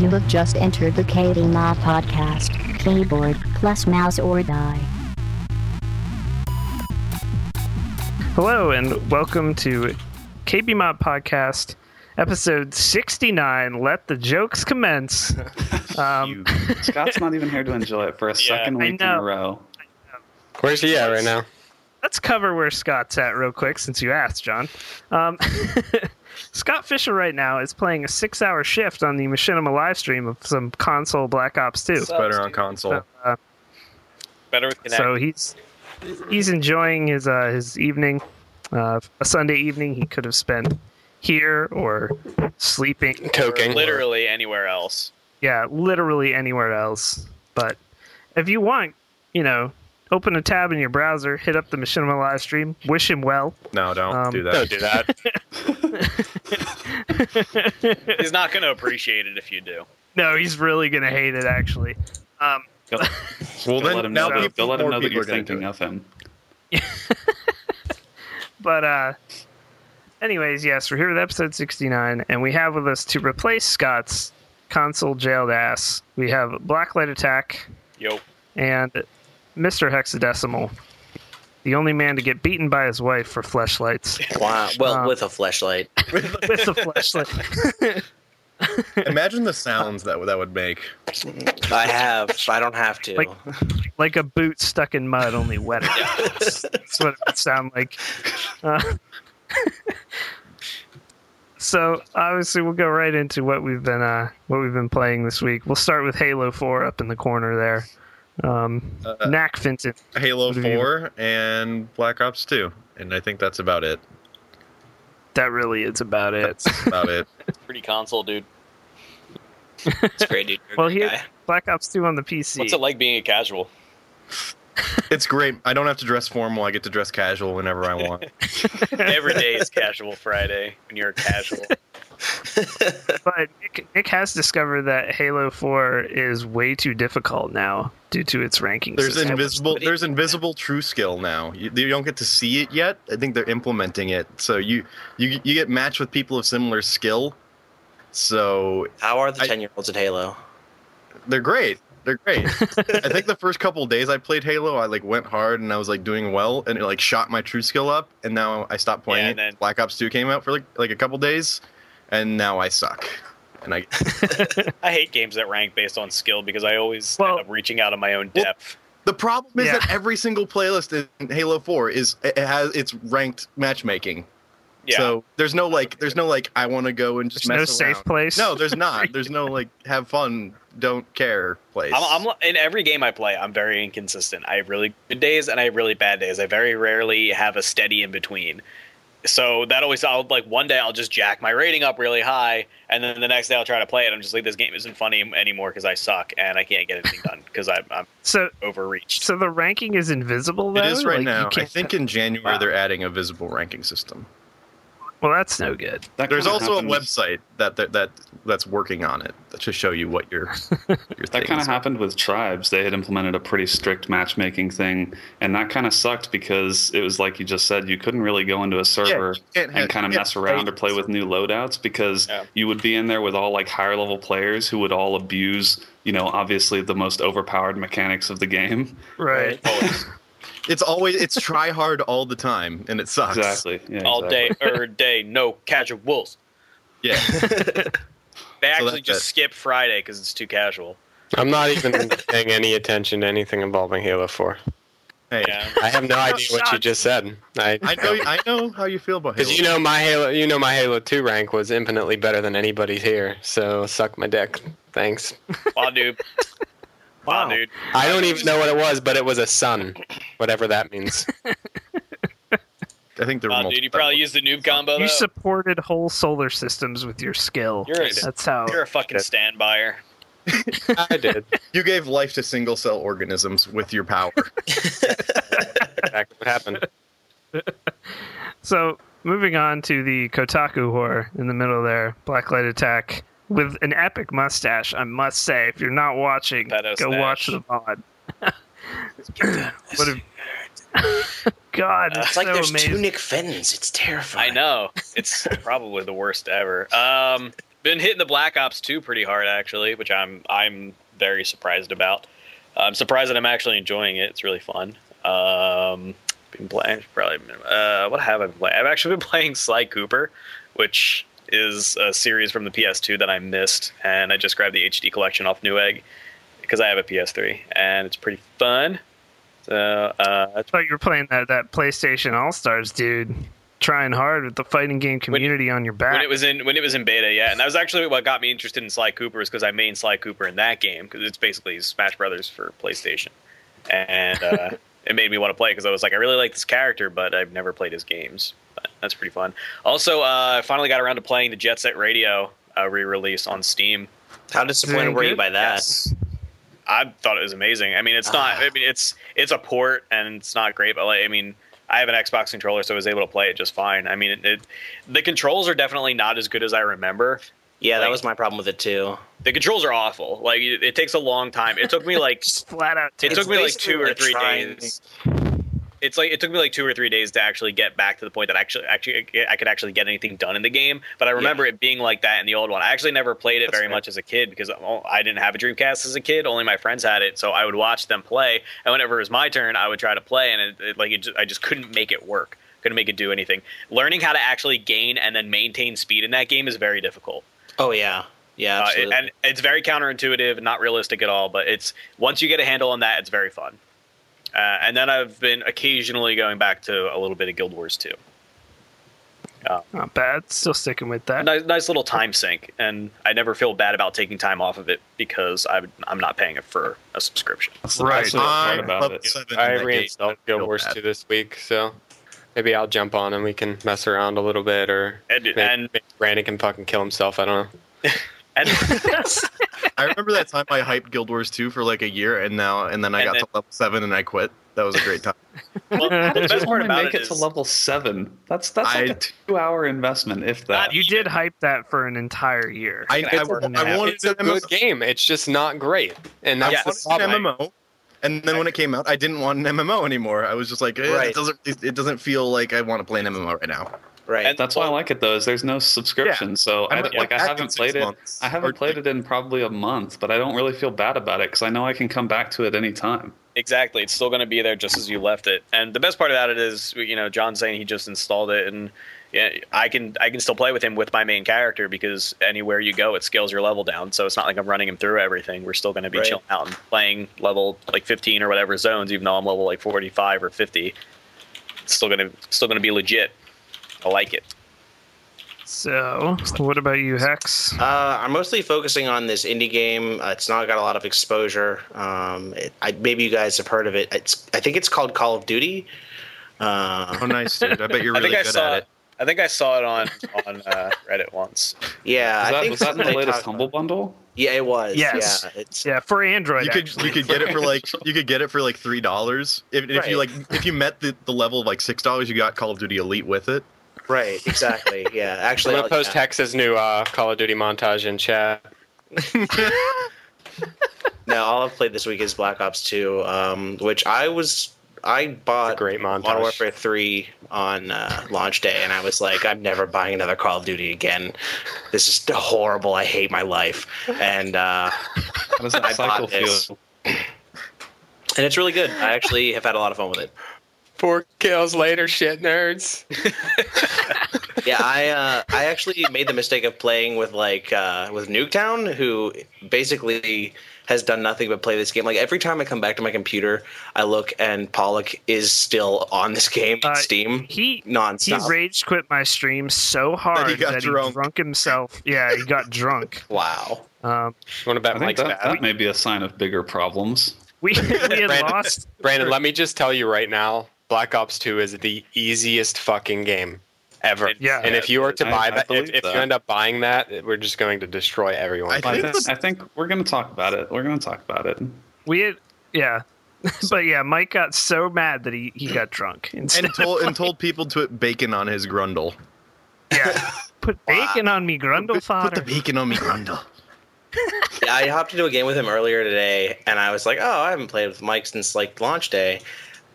You have just entered the Katie Ma podcast. Keyboard plus mouse or die. Hello and welcome to KB Mob Podcast, episode 69. Let the jokes commence. Um, Scott's not even here to enjoy it for a second I week in know. a row. Where's he at right now? let's cover where Scott's at real quick since you asked, John. Um, Scott Fisher right now is playing a six hour shift on the Machinima live stream of some console Black Ops 2. It's better on console. Uh, better with connect. so he's he's enjoying his uh, his evening, uh, a Sunday evening he could have spent here or sleeping Toking. literally anywhere else. yeah, literally anywhere else. But if you want, you know, open a tab in your browser, hit up the Machinima live stream, wish him well. No, don't Um, do that. Don't do that. He's not going to appreciate it if you do. No, he's really gonna hate it actually. Um, Go, Well, go then let him now know, that- people, go let him more know that people you're are going to do thinking it. of him. but uh, anyways, yes, we're here with episode sixty nine, and we have with us to replace Scott's console jailed ass. We have Blacklight Attack Yo, and Mister Hexadecimal, the only man to get beaten by his wife for fleshlights Wow. Well, Um, with a flashlight. with the fleshlight. Imagine the sounds that that would make. I have. I don't have to. Like- like a boot stuck in mud, only wetter. that's, that's what it would sound like. Uh, so obviously, we'll go right into what we've been uh, what we've been playing this week. We'll start with Halo Four up in the corner there. Um, Uh, Knack Fenton. Halo What have you- 4 and Black Ops 2. And I think that's about it. That really is about it. That's about it. pretty console, dude. it's great, dude. You're a Well, good here guy. Black Ops Two on the PC. What's it like being a casual? It's great. I don't have to dress formal. I get to dress casual whenever I want. Every day is casual Friday when you're a casual. but Nick, Nick has discovered that Halo Four is way too difficult now due to its rankings. There's invisible. There's invisible true skill now. You, you don't get to see it yet. I think they're implementing it. So you you you get matched with people of similar skill. So How are the I- 10 year olds in Halo? they're great. They're great. I think the first couple days I played Halo, I like went hard and I was like doing well, and it like shot my true skill up. And now I stopped playing Yeah, it. and then- Black Ops Two came out for like like a couple days, and now I suck. And I I hate games that rank based on skill because I always Well- end up reaching out of my own depth. the problem is Yeah. that every single playlist in Halo Four is it has it's ranked matchmaking. Yeah. So there's no like there's no like I want to go and just There's no mess safe around. place. No, there's not. There's no like have fun, don't care place. I'm, I'm in every game I play. I'm very inconsistent. I have really good days and I have really bad days. I very rarely have a steady in between. So that always I'll like one day I'll just jack my rating up really high, and then the next day I'll try to play it. I'm just like this game isn't funny anymore because I suck and I can't get anything done because I'm, I'm so overreached. So the ranking is invisible. Though? It is right Like, now. you I can't- think in January Wow. they're adding a visible ranking system. Well, that's no good. That There's kinda also a happens- website that, that that that's working on it to show you what your That your kind of things- happened with tribes. They had implemented a pretty strict matchmaking thing, and that kind of sucked because it was like you just said, you couldn't really go into a server you can't have- and kind of you mess can't around play- or play with new loadouts because Yeah. you would be in there with all like higher level players who would all abuse, you know, obviously the most overpowered mechanics of the game. Right. Always. It's always it's try hard all the time and it sucks. Exactly. Yeah, all exactly. day, er day, no casuals. Yeah. They So actually that's just it. skip Friday because it's too casual. I'm not even paying any attention to anything involving Halo 4. Hey. Yeah. I have no idea what you just said. I I know I know how you feel about Halo. because you know my Halo, you know my Halo 2 rank was infinitely better than anybody's here. So suck my dick. Thanks. Wow, dude. Wow, dude. I don't even know what it was, but it was a sun, whatever that means. I think there were Wow, multiple dude. You probably used levels. the noob combo. You though. supported whole solar systems with your skill. uh, You're a- That's how. You're a fucking standbyer. I did. you gave life to single cell organisms with your power. Exactly what happened. So moving on to the Kotaku horror in the middle there, Blacklight Attack with an epic mustache. I must say, if you're not watching, Pedo go stash. watch the mod. what a God! Uh, It's, It's like so there's amazing. two Nick Fentons. It's terrifying. I know. It's probably the worst ever. Um, been hitting the Black Ops 2 pretty hard actually, which I'm I'm very surprised about. I'm surprised that I'm actually enjoying it. It's really fun. Um, been playing probably uh, what have I been playing? I've actually been playing Sly Cooper, which is a series from the PS2 that I missed, and I just grabbed the HD collection off Newegg because I have a PS3, and it's pretty fun. So uh, that's thought you were playing that, that PlayStation All Stars, dude. Trying hard with the fighting game community on your back. when it was in when it was in beta, yeah. And that was actually what got me interested in Sly Cooper is because I main Sly Cooper in that game because it's basically Smash Brothers for PlayStation, and uh, it made me want to play because I was like, I really like this character, but I've never played his games. But that's pretty fun. Also, uh, I finally got around to playing the Jet Set Radio uh, re-release on Steam. How Is it disappointed were you good? by that? Ah. I thought it was amazing. I mean, it's not. I mean, it's it's a port and it's not great, but like, I mean, I have an Xbox controller, so I was able to play it just fine. I mean, it, it the controls are definitely not as good as I remember. Yeah, that Like- was my problem with it too. The controls are awful. Like it, it takes a long time. It took me like flat out. it took me like basically two or like three trying- days. It's like it took me like two or three days to actually get back to the point that actually actually I could actually get anything done in the game. But I remember it being like that in the old one. I actually never played it That's very fair. much as a kid because well, I didn't have a Dreamcast as a kid. Only my friends had it, so I would watch them play. And whenever it was my turn, I would try to play, and it, it, like it just, I just couldn't make it work. Couldn't make it do anything. Learning how to actually gain and then maintain speed in that game is very difficult. Oh yeah, yeah, Uh, absolutely. and it's very counterintuitive, not realistic at all. But it's once you get a handle on that, it's very fun. Uh, and then I've been occasionally going back to a little bit of Guild Wars 2. Not bad. Still sticking with that. Nice, nice little time sink, and I never feel bad about taking time off of it because I'm, I'm not paying it for a subscription. That's Right. actually the part I'm about level it. seven. I in that game. reinstalled Guild feel Wars bad. 2 this week, so maybe I'll jump on and we can mess around a little bit, or And, maybe, and, maybe Brandon can fucking kill himself. I don't know. and I remember that time I hyped Guild Wars 2 for like a year, and now and then I And got then- to level seven and I quit. That was a great time. well, the best part Only about make it it, is to level seven. That's that's like I- a two-hour investment, if that. You did hype that for an entire year. I, I, I, It's a- wanted It's a an MMO. good game. It's just not great, and that's I Yes. the wanted problem. an MMO. And then when it came out, I didn't want an MMO anymore. I was just like, eh, Right. it doesn't it, it doesn't feel like I want to play an MMO right now. right. and- That's why I like it though. Is there's no subscription, so I I'm don't- not like I back in haven't six played it. months. I Or- haven't played it in probably a month, but I don't really feel bad about it because I know I can come back to it any time. Exactly. It's still going to be there just as you left it. And the best part about it is, you know, John saying he just installed it, and yeah, I can I can still play with him with my main character because anywhere you go, it scales your level down. So it's not like I'm running him through everything. We're still going to be Right. chilling out and playing level like 15 or whatever zones, even though I'm level like 45 or 50. It's still going to still going to be legit. I like it. So, what about you, Hex? Uh, I'm mostly focusing on this indie game. Uh, it's not got a lot of exposure. Um, it, I, maybe you guys have heard of it. It's, I think it's called Call of Duty. Oh, Uh, nice, dude. I bet you're really I think I good saw at it. I think I saw it on on uh, Reddit once. yeah, Was I that, think was that in the something they latest talked Humble about. Bundle? Yeah, it was. Yes. Yeah, it's, Yeah, for Android. You could you could get it for like you could get it for like three dollars if, if you like Right. if you met the, the level of like six dollars you got Call of Duty Elite with it. right. Exactly. Yeah, I'm actually, gonna I- post Hex's new uh, Call of Duty montage in chat. No, all I've played this week is Black Ops Two, um, which I was I bought great montage. Modern Warfare Three on uh, launch day, and I was like, I'm never buying another Call of Duty again. This is horrible. I hate my life, and uh, How does that I cycle bought this. feel? and it's really good. I actually have had a lot of fun with it. Four kills later, shit nerds. yeah, I uh, I actually made the mistake of playing with like uh, with Nuketown, who basically has done nothing but play this game. Like every time I come back to my computer, I look and Pollock is still on this game Uh, on Steam He he nonstop. rage quit my stream so hard that he, got drunk. drunk himself. Yeah, he got drunk. wow. Um, Want to bet I think Mike's that, back? that may be a sign of bigger problems. we we had Brandon- lost. Brandon, let me just tell you right now, Black Ops 2 is the easiest fucking game ever. Yeah. And if you were to I- buy I that, if, believe if you that. end up buying that, it- we're just going to destroy everyone. I I think think, the- I think we're going to talk about it. We're going to talk about it. We had yeah, but yeah, Mike got so mad that he, he got drunk instead. And told and told people to put bacon on his grundle. yeah, put bacon on me, Grundle Put the fodder. bacon on me grundle. Yeah, I hopped into a game with him earlier today, and I was like, "Oh, I haven't played with Mike since like launch day."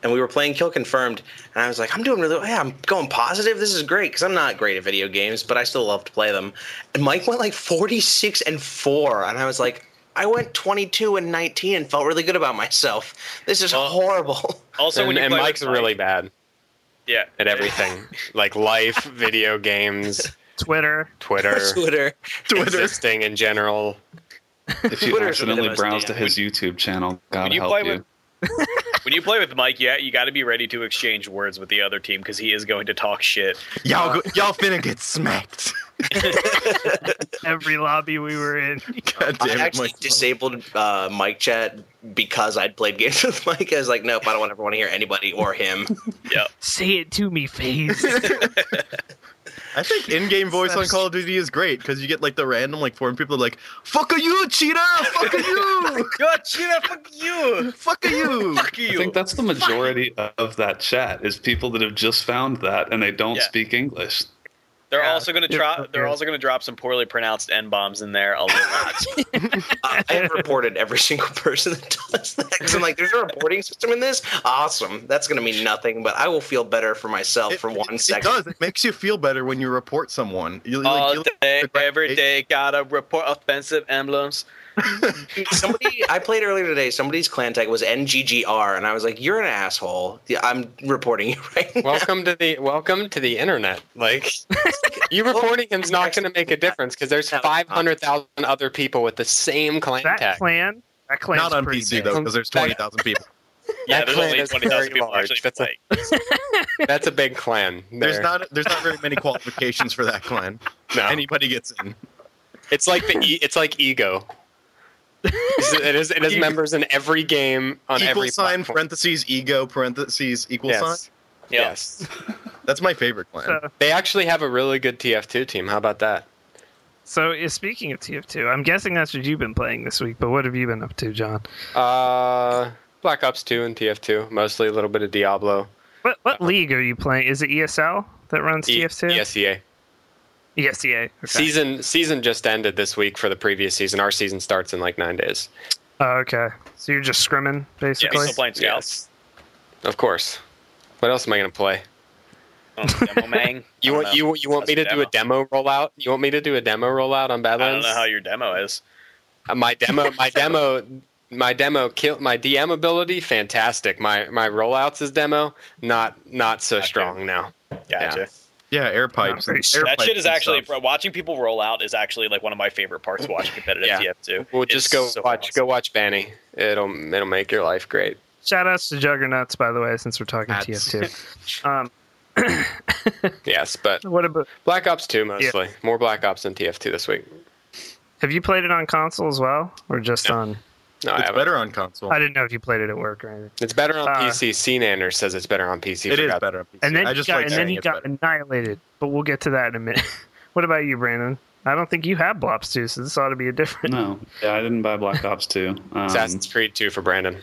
and we were playing Kill Confirmed, and I was like, I'm doing really, yeah, I'm going positive. This is great because I'm not great at video games, but I still love to play them. And Mike went like 46 and four, and I was like, I went 22 and 19 and felt really good about myself. This Oh. is horrible. Also, and when you and play with Mike's Mike- really bad yeah at everything, like life, video games, Twitter. Twitter, Twitter. existing in general. If you Twitter's one of the accidentally most browse to damn- his YouTube channel, God When you help play you. with- When you play with Mike, yeah, you got to be ready to exchange words with the other team because he is going to talk shit. Y'all, go, y'all finna get smacked. Every lobby we were in. God I damn it, actually Mike. disabled uh, mic chat because I'd played games with Mike. I was like, nope, I don't ever want to hear anybody or him. Say it to me, face. I think in-game voice on Call of Duty is great because you get like the random like foreign people like "fuck are you cheater, fuck are you, God, shit, fuck you, fuck are you." I think that's the majority of that chat is people that have just found that and they don't Yeah. speak English. They're Yeah. also going to Yeah. drop. They're also going to drop some poorly pronounced n bombs in there a lot. I have reported every single person that does that 'Cause I'm like, there's a reporting system in this. Awesome. That's going to mean nothing, but I will feel better for myself for one it, second. It does. It makes you feel better when you report someone. You, Uh, like, All you- day, the great- every day, gotta report offensive emblems. Somebody I played earlier today. Somebody's clan tag was NGGR, and I was like, "You're an asshole." Yeah, I'm reporting you right now. Welcome to the welcome to the internet. Like you reporting him's not going to make a difference because there's five hundred thousand other people with the same clan that tag. clan. That clan's not on pretty PC big. though because there's twenty thousand people. That Yeah, there's clan only is twenty thousand very people large. actually That's a- playing. That's a big clan. There's there. not there's not very many qualifications for that clan. No. Anybody gets in. It's like the e- it's like ego. it is it has members in every game on equal every sign platform. parentheses ego parentheses equal Yes. sign. Yeah. Yes. That's my favorite clan. So, They actually have a really good TF2 team. How about that? so uh, speaking of TF2, I'm guessing that's what you've been playing this week. But what have you been up to, John? Uh, Black Ops 2 and TF2, mostly a little bit of Diablo. E, What what league are you playing? Is it ESL that runs E- TF2? ESEA. ESEA. Okay. Season season just ended this week for the previous season. Our season starts in like nine days. Oh, okay. So you're just scrimming Yeah, we basically. still playing scouts. Of course. What else am I gonna play? Oh, demo mang. You I don't want you you want me to That's a do a demo rollout? You want me to do a demo rollout on know. I Badlands? don't know how your demo is. Uh, my demo my demo my demo kill my DM ability fantastic. My my rollouts is demo not not so strong now. Gotcha. Yeah, air pipes. pretty and- sure. air That pipes shit is and actually stuff. watching people roll out is actually like one of my favorite parts. of Watching competitive Yeah. TF two. Well, just go watch go watch Banny. It'll it'll make your life great. Shout outs to Juggernauts, by the way, since we're talking That's- TF2. um, Yes, but what about? Black Ops 2 mostly. More Black Ops than TF2 this week. Have you played it on console as well, or just on? No, I It's haven't. better on console. I didn't know if you played it at work or anything. It's better on Uh, PC. Cnander says it's better on PC. It is Forgot- better on PC. And then I he just got, like and then saying he it's got better. annihilated. But we'll get to that in a minute. what about you, Brandon? I don't think you have Blops too, so this ought to be a different. No, yeah, I didn't buy Black Ops 2. Um, Assassin's Creed 2 for Brandon.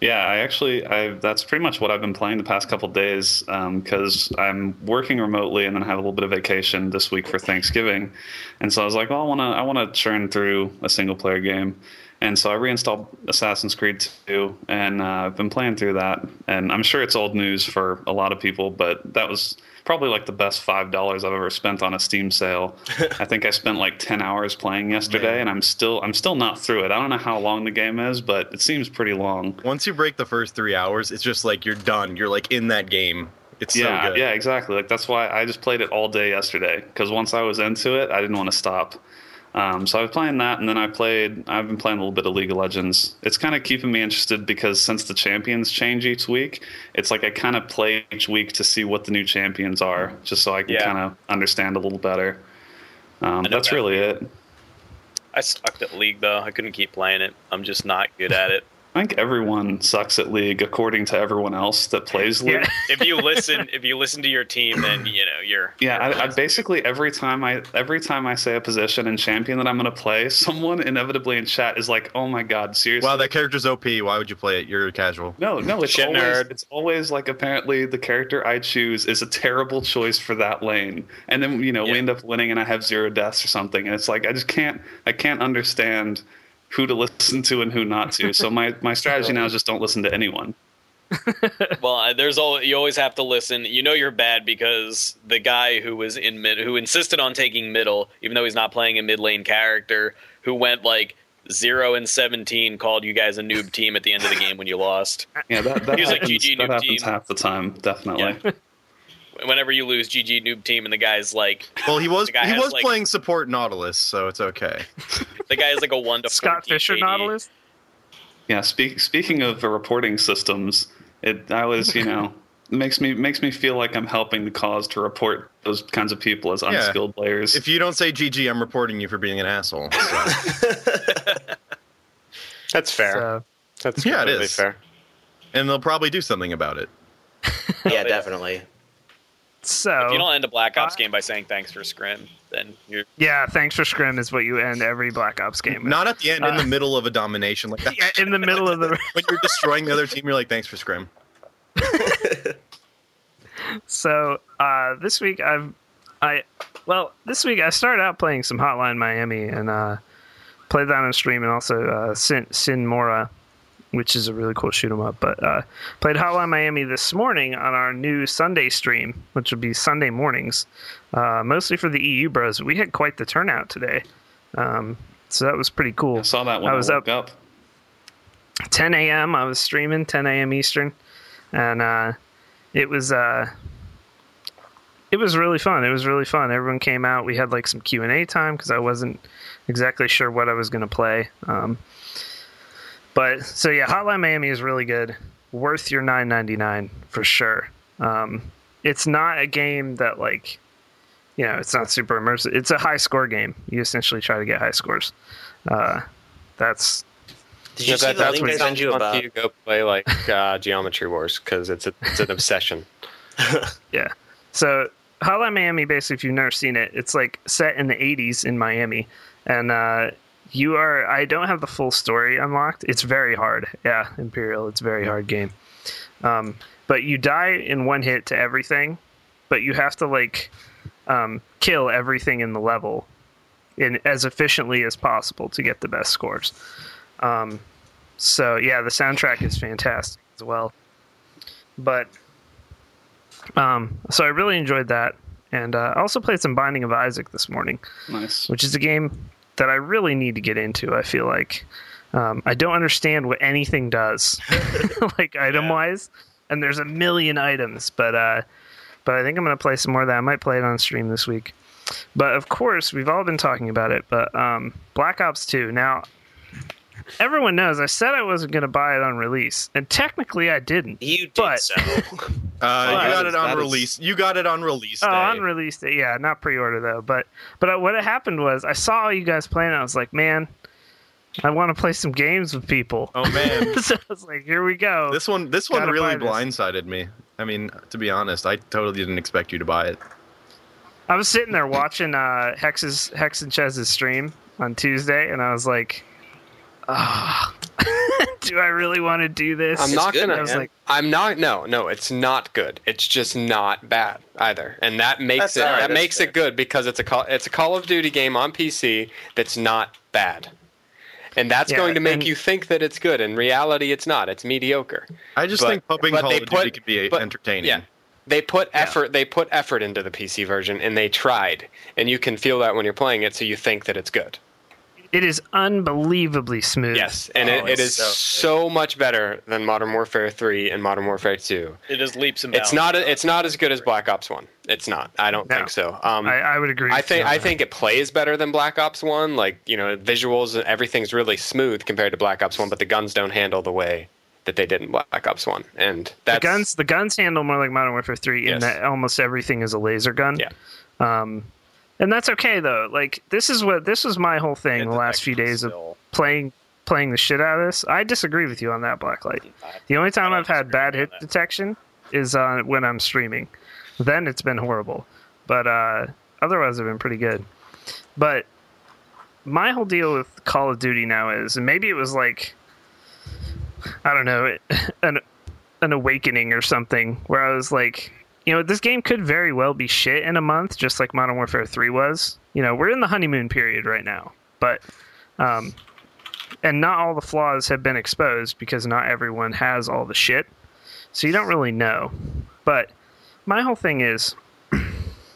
yeah, I actually, I that's pretty much what I've been playing the past couple days because I'm working remotely and then I have a little bit of vacation this week for Thanksgiving, and so I was like, well, I wanna, I wanna churn through a single player game, and so I reinstalled Assassin's Creed 2 and uh, I've been playing through that, and I'm sure it's old news for a lot of people, but that was probably like the best five dollars I've ever spent on a Steam sale. I think I spent like ten hours playing yesterday, and I'm still, I'm still not through it. I don't know how long the game is, but it seems pretty long. Once you break the first three hours, it's just like you're done. You're like in that game. It's yeah, so good. yeah, exactly. Like that's why I just played it all day yesterday because once I was into it, I didn't want to stop. Um, so I was playing that, and then I played. I've been playing a little bit of League of Legends. It's kind of keeping me interested because since the champions change each week, it's like I kind of play each week to see what the new champions are, just so I can Yeah. kind of understand a little better. Um, know that's that. really it. I sucked at League though. I couldn't keep playing it. I'm just not good at it. I think everyone sucks at League, according to everyone else that plays League. Yeah. if you listen, if you listen to your team, then you know you're. Yeah, I, I basically every time I every time I say a position in champion that I'm going to play, someone inevitably in chat is like, "Oh my god, seriously." Wow, that character's OP. Why would you play it? You're casual. no, no, it's Shit always nerd. it's always like apparently the character I choose is a terrible choice for that lane. And then, you know, Yeah. we end up winning and I have zero deaths or something and it's like I just can't I can't understand who to listen to and who not to. So my my strategy now is just don't listen to anyone. well, I- there's all you always have to listen. You know you're bad because the guy who was in mid, who insisted on taking middle, even though he's not playing a mid lane character, who went like zero and seventeen, called you guys a noob team at the end of the game when you lost. Yeah, that, that He was like, happens, GG, that new happens team. half the time, definitely. Whenever you lose, GG noob team, and the guy's like, Well, he was The guy he has, was like- playing support Nautilus, so it's okay. the guy's like a one to Scott 14 Fisher KD. Nautilus. Yeah. Speak, speaking of uh, reporting systems, it I was you know makes me makes me feel like I'm helping the cause to report those kinds of people as unskilled players. If you don't say GG, I'm reporting you for being an asshole. So, That's fair. So, That's Yeah, it completely is. fair. and they'll probably do something about it. yeah, definitely. so If you don't end a Black Uh, Ops game by saying thanks for scrim, then you're yeah, thanks for scrim is what you end every Black Ops game. with. Not at the end, in Uh. the middle of a domination like that. Yeah, in the middle of the When you're destroying the other team, you're like, "Thanks for scrim." so uh, this week I've I well this week I started out playing some Hotline Miami and uh, played that on stream and also uh, Sin Sin Mora, which is a really cool shoot 'em up. But uh, played Hotline Miami this morning on our new Sunday stream, which will be Sunday mornings, uh, mostly for the EU Bros. We had quite the turnout today, um, so that was pretty cool. I saw that when I I, was woke up. 10 a.m. I was streaming 10 a.m. Eastern, and uh, it was uh, it was really fun. It was really fun. Everyone came out. We had like some Q and A time because I wasn't exactly sure what I was going to play. Um, but so yeah, Hotline Miami is really good. Worth your 9.99 for sure. Um, it's not a game that like you know it's not super immersive. It's a high score game. You essentially try to get high scores. Uh, that's Did you Yeah, see that, the that's link what I sent sounds you fun about? to you go play like uh, Geometry Wars because it's a, it's an obsession. Yeah. So Hotline Miami, basically, if you've never seen it, it's like set in the '80s in Miami, and uh, you are. I don't have the full story unlocked. It's very hard. Yeah, Imperial. It's a very hard game. Um, but you die in one hit to everything, but you have to like um, kill everything in the level in as efficiently as possible to get the best scores. Um, so yeah, the soundtrack is fantastic as well. But um, so I really enjoyed that, and uh, I also played some Binding of Isaac this morning, Nice. which is a game that I really need to get into. I feel like um, I don't understand what anything does, like item wise, and there's a million items, but uh, but I think I'm gonna play some more of that. I might play it on stream this week. But of course, we've all been talking about it. But um, Black Ops 2. Now, everyone knows I said I wasn't going to buy it on release, and technically I didn't. You did But- so. Uh, you that got is- it on that is- release. You got it on release. Oh, day. on release day, yeah, not pre-order though. But but uh, what had happened was I saw you guys playing. I was like, man, I want to play some games with people. oh man, so I was like, here we go. this one this one Gotta really buy this. blindsided me. I mean, to be honest, I totally didn't expect you to buy it. I was sitting there watching uh, Hex's Hex and Chez's stream on Tuesday, and I was like, ah, do I really want to do this? I'm not good, gonna. I was man. like, I'm not. No, no, it's not good. It's just not bad either, and that makes That's it all right, that that's makes fair. it good because it's a call. It's a Call of Duty game on PC that's not bad, and that's Yeah, going to make and- you think that it's good. In reality, it's not. It's mediocre. I just But- think pumping but Call they of Duty put- could be but- entertaining. Yeah. They put effort. They put effort into the PC version, and they tried. And you can feel that when you're playing it, so you think that it's good. it is unbelievably smooth. Yes, and Oh, it, it it's is so so, good. much better than Modern Warfare 3 and Modern Warfare 2. it is leaps and bounds. It's not it's not as good as Black Ops 1. It's not. I don't No. think so. Um, I, I would agree. I with you think on I that. think it plays better than Black Ops One. Like you know, visuals and everything's really smooth compared to Black Ops One, but the guns don't handle the way that they did in Black Ops One, and that's the guns the guns handle more like Modern Warfare Three in Yes. that almost everything is a laser gun. Yeah. Um, and that's okay though. Like this is what this was my whole thing the last few days of Still. playing playing the shit out of this. I disagree with you on that blacklight. The only time I I've had disagree bad on hit that. detection is on when I'm streaming. Then it's been horrible. But uh, otherwise I've been pretty good. But my whole deal with Call of Duty now is and maybe it was like I don't know, an an awakening or something where I was like, you know, this game could very well be shit in a month, just like Modern Warfare Three was. You know, we're in the honeymoon period right now, but um, and not all the flaws have been exposed because not everyone has all the shit. So you don't really know. But my whole thing is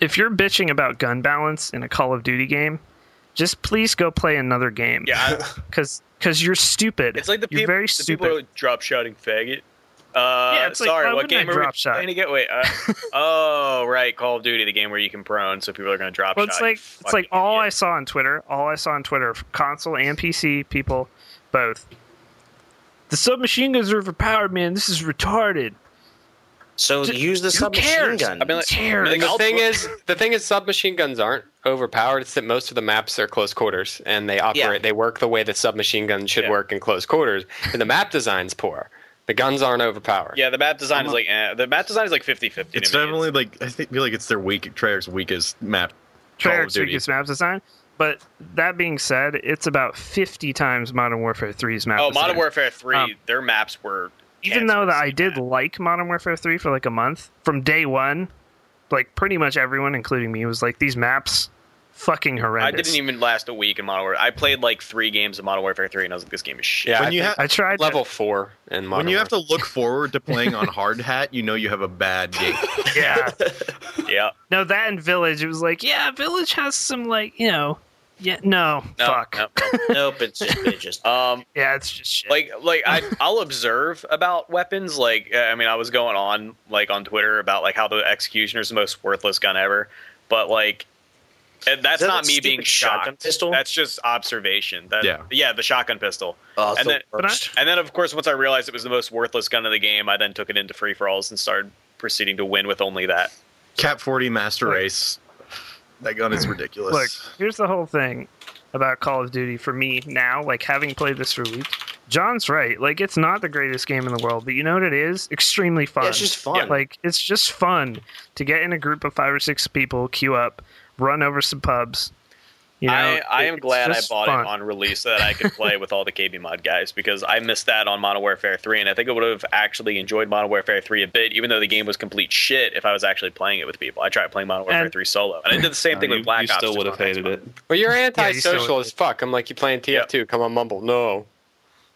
if you're bitching about gun balance in a Call of Duty game, just please go play another game. Yeah, I- Because you're stupid. it's like the you're people. very the people stupid. who drop shouting faggot. Uh, Yeah, it's like, sorry, why what wouldn't I game are we drop shot? playing to get? Wait, uh, oh right, Call of Duty, the game where you can prone, so people are going to drop. well, it's shot, like you it's like fucking all I idiot. saw on Twitter, all I saw on Twitter, console and PC people, both. The submachine guns are overpowered, man. This is retarded. So Just- use the who submachine cares? gun. I mean, like, Terror. the I'll- thing is, the thing is, submachine guns aren't overpowered. It's that most of the maps are close quarters, and they operate, Yeah. they work the way that submachine guns should Yeah. work in close quarters. And the map design's poor. The guns aren't overpowered. Yeah, the map design is like eh, the map design is like 50-50 It's to me. definitely like I think feel like it's their weak Treyarch's weakest map. Call of Treyarch's Duty. weakest map design. But that being said, it's about 50 times Modern Warfare 3's map Oh, design. Modern Warfare Three, Um, their maps were. Even cancer though that to I see did that. like Modern Warfare 3 for like a month, from day one, like pretty much everyone, including me, was like, these maps fucking I horrendous. didn't even last a week in Modern Warfare. I played like three games of Modern Warfare Three, and I was like, this game is shit. Yeah, When I you think have I tried level four in modern when you have to look forward to playing on hard hat, you know you have a bad game. Yeah. yeah. No, that and Village, it was like, yeah, Village has some like, you know, yeah, no, No, fuck. no, nope, it's just, it's just no. Um, Yeah, it's just shit. like like I, i'll observe about weapons like uh, i mean i was going on like on twitter about like how the executioner's the most worthless gun ever but like and that's that not that me being stupid shotgun shocked pistol? that's just observation that, Yeah. yeah the shotgun pistol oh, and the then- But I- worst. and then of course once i realized it was the most worthless gun of the game i then took it into free for alls and started proceeding to win with only that Cap 40 Master Race. That gun is ridiculous. Look, here's the whole thing about Call of Duty for me now, like having played this for weeks. John's right. Like it's not the greatest game in the world, but you know what it is? Extremely fun. Yeah, it's just fun. Like it's just fun to get in a group of five or six people, queue up, run over some pubs. You know, I, I am it's glad I just bought fun. it on release so that I could play with all the KB mod guys because I missed that on Modern Warfare 3, and I think I would have actually enjoyed Modern Warfare 3 a bit, even though the game was complete shit if I was actually playing it with people. I tried playing Modern Warfare And- 3 solo, and I did the same Uh, thing you, with Black you Ops. still just would have on Xbox. hated it. well, you're Yeah, you still- antisocial as fuck. I'm like, you playing TF2? Come on, Mumble. No,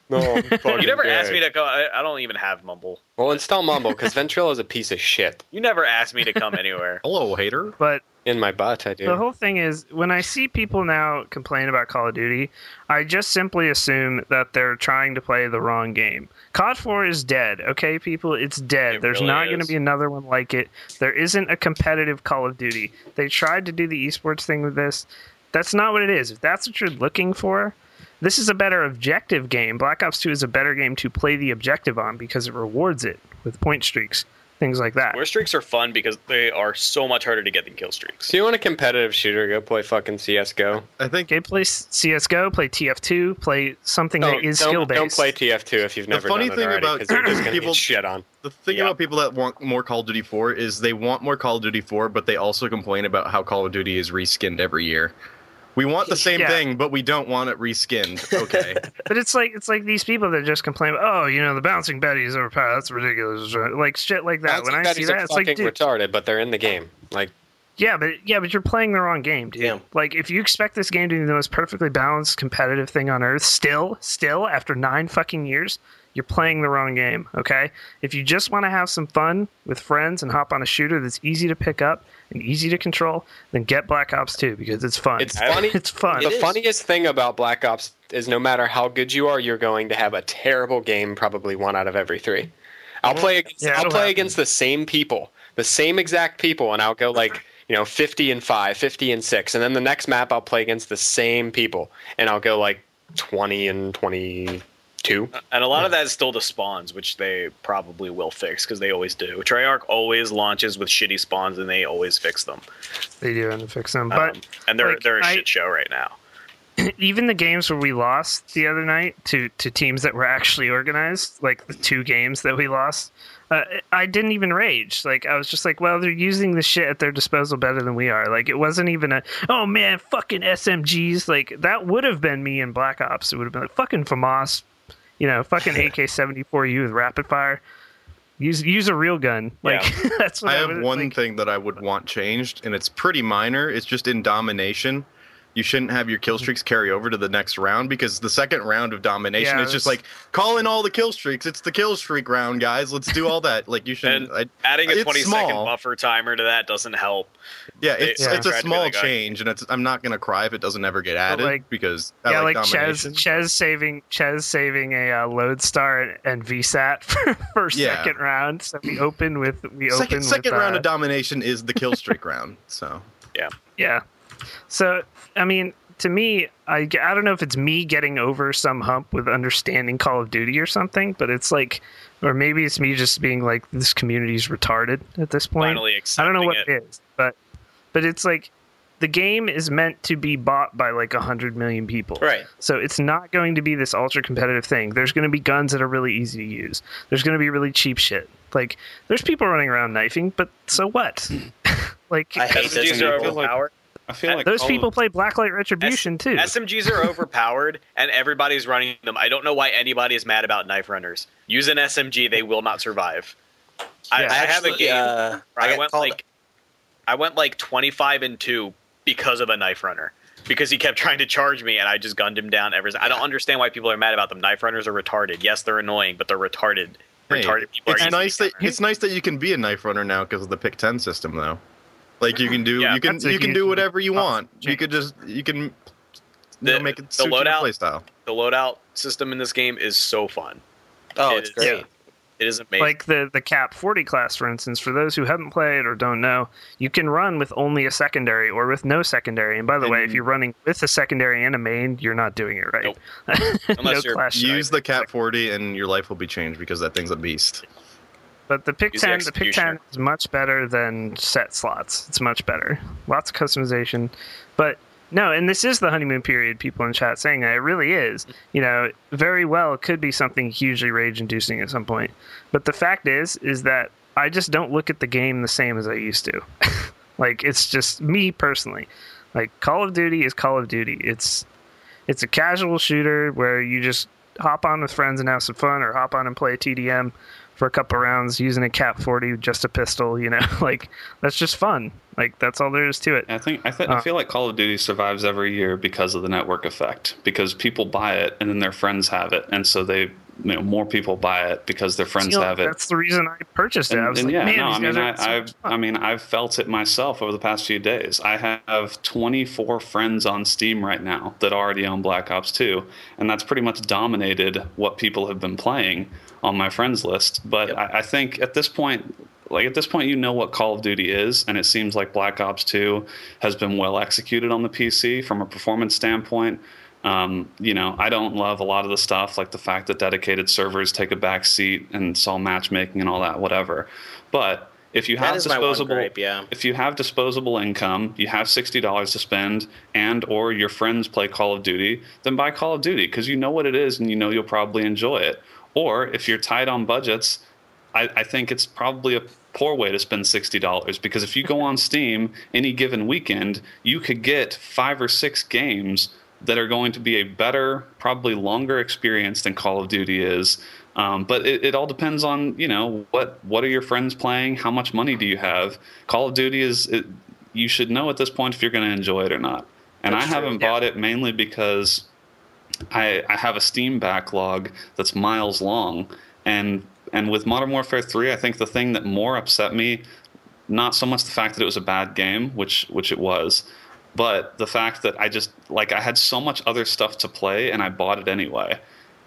no. I'm fucking You never asked gay. me to come. I, I don't even have Mumble. Well, install Mumble because Ventrilo's a piece of shit. You never asked me to come anywhere. Hello, hater. But In my butt, I do. The whole thing is when I see people now complain about Call of Duty, I just simply assume that they're trying to play the wrong game. COD 4 is dead, okay, people? It's dead. It There's really not going to is. be another one like it. There isn't a competitive Call of Duty. They tried to do the esports thing with this. That's not what it is. If that's what you're looking for, this is a better objective game. Black Ops 2 is a better game to play the objective on because it rewards it with point streaks, things like that. War streaks are fun because they are so much harder to get than kill streaks. so you want a competitive shooter? Go play fucking CS:GO. I think Okay, play CS:GO, play TF2, play something that is skill based. Don't play TF2 if you've never funny done it thing already, about 'cause you're just gonna people- get shit on. the thing Yeah. about people that want more Call of Duty 4 is they want more Call of Duty 4, but they also complain about how Call of Duty is reskinned every year. We want the same Yeah. thing, but we don't want it reskinned. Okay. But it's like it's like these people that just complain, oh, you know, the bouncing Betty is overpowered. That's ridiculous. Like shit like that. when I see that, it's like, fucking dude, retarded, but they're in the game. Like, yeah, but yeah, but you're playing the wrong game, dude. Yeah. Like if you expect this game to be the most perfectly balanced competitive thing on earth, still, still after nine fucking years, you're playing the wrong game. Okay, if you just want to have some fun with friends and hop on a shooter that's easy to pick up and easy to control, then get Black Ops 2 because it's fun. it's funny. it's fun. the is. funniest thing about Black Ops is no matter how good you are, you're going to have a terrible game, probably one out of every three. I'll play against, Mm-hmm. Yeah, I'll it'll play happen. against the same people, the same exact people, and I'll go like, you know, 50 and 5, 50 and 6. And then the next map, I'll play against the same people, and I'll go like 20 and 22. Uh, And a lot of that is still the spawns, which they probably will fix because they always do. Treyarch always launches with shitty spawns, and they always fix them. They do and fix them, Um, but. and they're like, they're a I- shit show right now. Um, even the games where we lost the other night to to teams that were actually organized, like the two games that we lost, uh, I didn't even rage. Like I was just like, well, they're using the shit at their disposal better than we are. Like it wasn't even a oh man, fucking SMGs. Like that would have been me in Black Ops. It would have been like fucking FAMAS, you know, fucking AK seventy four U with rapid fire. Use use a real gun. Like that's what I I have would- one like, thing that I would want changed, and it's pretty minor. It's just in domination. you shouldn't have your kill streaks carry over to the next round because the second round of domination Yeah, is just that's- like call in all the kill streaks. It's the kill streak round, guys. Let's do all that. Like you shouldn't. I, Adding a It's twenty second small. buffer timer to that doesn't help. yeah, it's Yeah. it's a Tried to be small the guy. change, and it's, I'm not gonna cry if it doesn't ever get added like- because I yeah, like, like Chez, domination. Chez saving Chez saving a uh, lodestar and, and VSAT for, for Yeah. second round. So we open with we open second second with, round uh, of domination is the kill streak round. So Yeah. So, I mean, to me, I, g- I don't know if it's me getting over some hump with understanding Call of Duty or something, but it's like, or maybe it's me just being like, this community's retarded at this point. Finally I don't know accepting what it. it is, but but it's like the game is meant to be bought by like hundred million people. Right. So it's not going to be this ultra competitive thing. There's going to be guns that are really easy to use. There's going to be really cheap shit. Like there's people running around knifing, but so what? like I hate this. SMGs are I feel like- overpowered. I feel like Uh, those all people of- play Blacklight Retribution too. SMGs are overpowered, and everybody's running them. I don't know why anybody is mad about knife runners. Use an SMG; they will not survive. I, Yeah. I have a Actually, game. uh, where I, got went called- like, I went like twenty five and two because of a knife runner. Because he kept trying to charge me, and I just gunned him down. Every I don't understand why people are mad about them. Knife runners are retarded. Yes, they're annoying, but they're retarded. hey, retarded people. it's are nice that easy to it's nice that you can be a knife runner now because of the pick ten system, though. Like you can do Yeah, you can that's a you can huge do whatever you want. You change. could just you can you The- know, make it the suit your loadout- playstyle. the loadout system in this game is so fun. oh, it it's is- great. yeah. It is amazing. like the the cap 40 class for instance for those who haven't played or don't know you can run with only a secondary or with no secondary and by the way if And- you're running with a secondary and a main you're not doing it right Nope. no Unless you're class Use the cat forty and your life will be changed because that thing's a beast. but the pick use the 10 the pick 10 executioner. is much better than set slots it's much better lots of customization but no and this is the honeymoon period people in chat saying that it really is you know very well it could be something hugely rage inducing at some point but the fact is is that i just don't look at the game the same as i used to like it's just me personally like call of duty is call of duty it's it's a casual shooter where you just hop on with friends and have some fun or hop on and play tdm for a couple rounds using a cat 40 with just a pistol you know like that's just fun like that's all there is to it I think I, th- Uh. I feel like Call of Duty survives every year because of the network effect. Because people buy it, and then their friends have it, and so they, you know, more people buy it because their friends You know, have it. that's the reason i purchased it i was like man no, these I mean, guys are so I, much I've, I mean, I've felt it myself over the past few days. I have 24 friends on Steam right now that already own Black Ops 2, and that's pretty much dominated what people have been playing on my friends list. But I, I think at this point, like at this point, you know what Call of Duty is, and it seems like Black Ops 2 has been well executed on the PC from a performance standpoint. Um, you know, I don't love a lot of the stuff, like the fact that dedicated servers take a back seat and it's all matchmaking and all that, whatever. But if you That have is my one disposable, gripe. Yeah. if you have disposable income, you have sixty dollars to spend, and or your friends play Call of Duty, then buy Call of Duty because you know what it is and you know you'll probably enjoy it. Or if you're tight on budgets, I, I think it's probably a poor way to spend sixty dollars because if you go on Steam any given weekend, you could get five or six games that are going to be a better, probably longer experience than Call of Duty is. Um, but it, it all depends on you know what what are your friends playing, how much money do you have. Call of Duty is it, you should know at this point if you're going to enjoy it or not. And I haven't bought it mainly because I, I have a Steam backlog that's miles long, and and with Modern Warfare Three, I think the thing that more upset me, not so much the fact that it was a bad game, which which it was, but the fact that I just like I had so much other stuff to play, and I bought it anyway.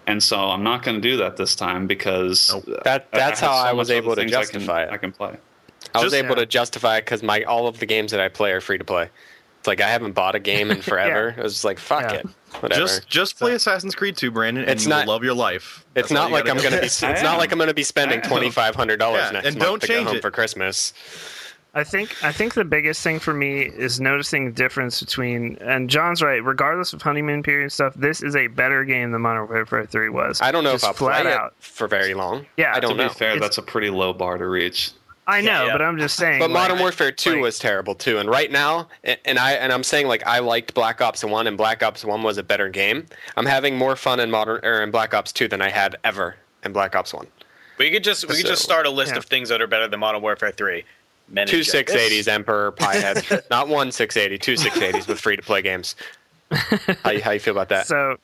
And so I'm not going to do that this time because Nope. That- that's have how so I was much other able to things justify I it. can, I can play. I was Just- able to justify it because my all of the games that I play are free to play. It's like I haven't bought a game in forever. I was just like, fuck Yeah. it, whatever. Just just play Assassin's Creed 2, Brandon, and It's you not- will love your life. it's That's not all you like I'm gotta gonna do. be. It's not like I'm gonna be spending I am. twenty five hundred dollars Yeah, next and month don't to change go home it. for Christmas. I think I think the biggest thing for me is noticing the difference between and John's right. Regardless of honeymoon period stuff, this is a better game than Modern Warfare Three was. I don't know Just if I'll play flat out. it for very long. Yeah, I To don't be know. fair, It's- that's a pretty low bar to reach. I know, Yeah, yeah. but I'm just saying. But like, Modern Warfare Two like- was terrible too, and right now, a- and I and I'm saying like I liked Black Ops One, and Black Ops One was a better game. I'm having more fun in Modern or in Black Ops Two than I had ever in Black Ops One. We could just we could just So, start a list yeah. of things that are better than Modern Warfare Three. Two meningitis. 680s, Emperor, Piehead. Not one 680, two 680s with free to play games. How you, how you feel about that? So,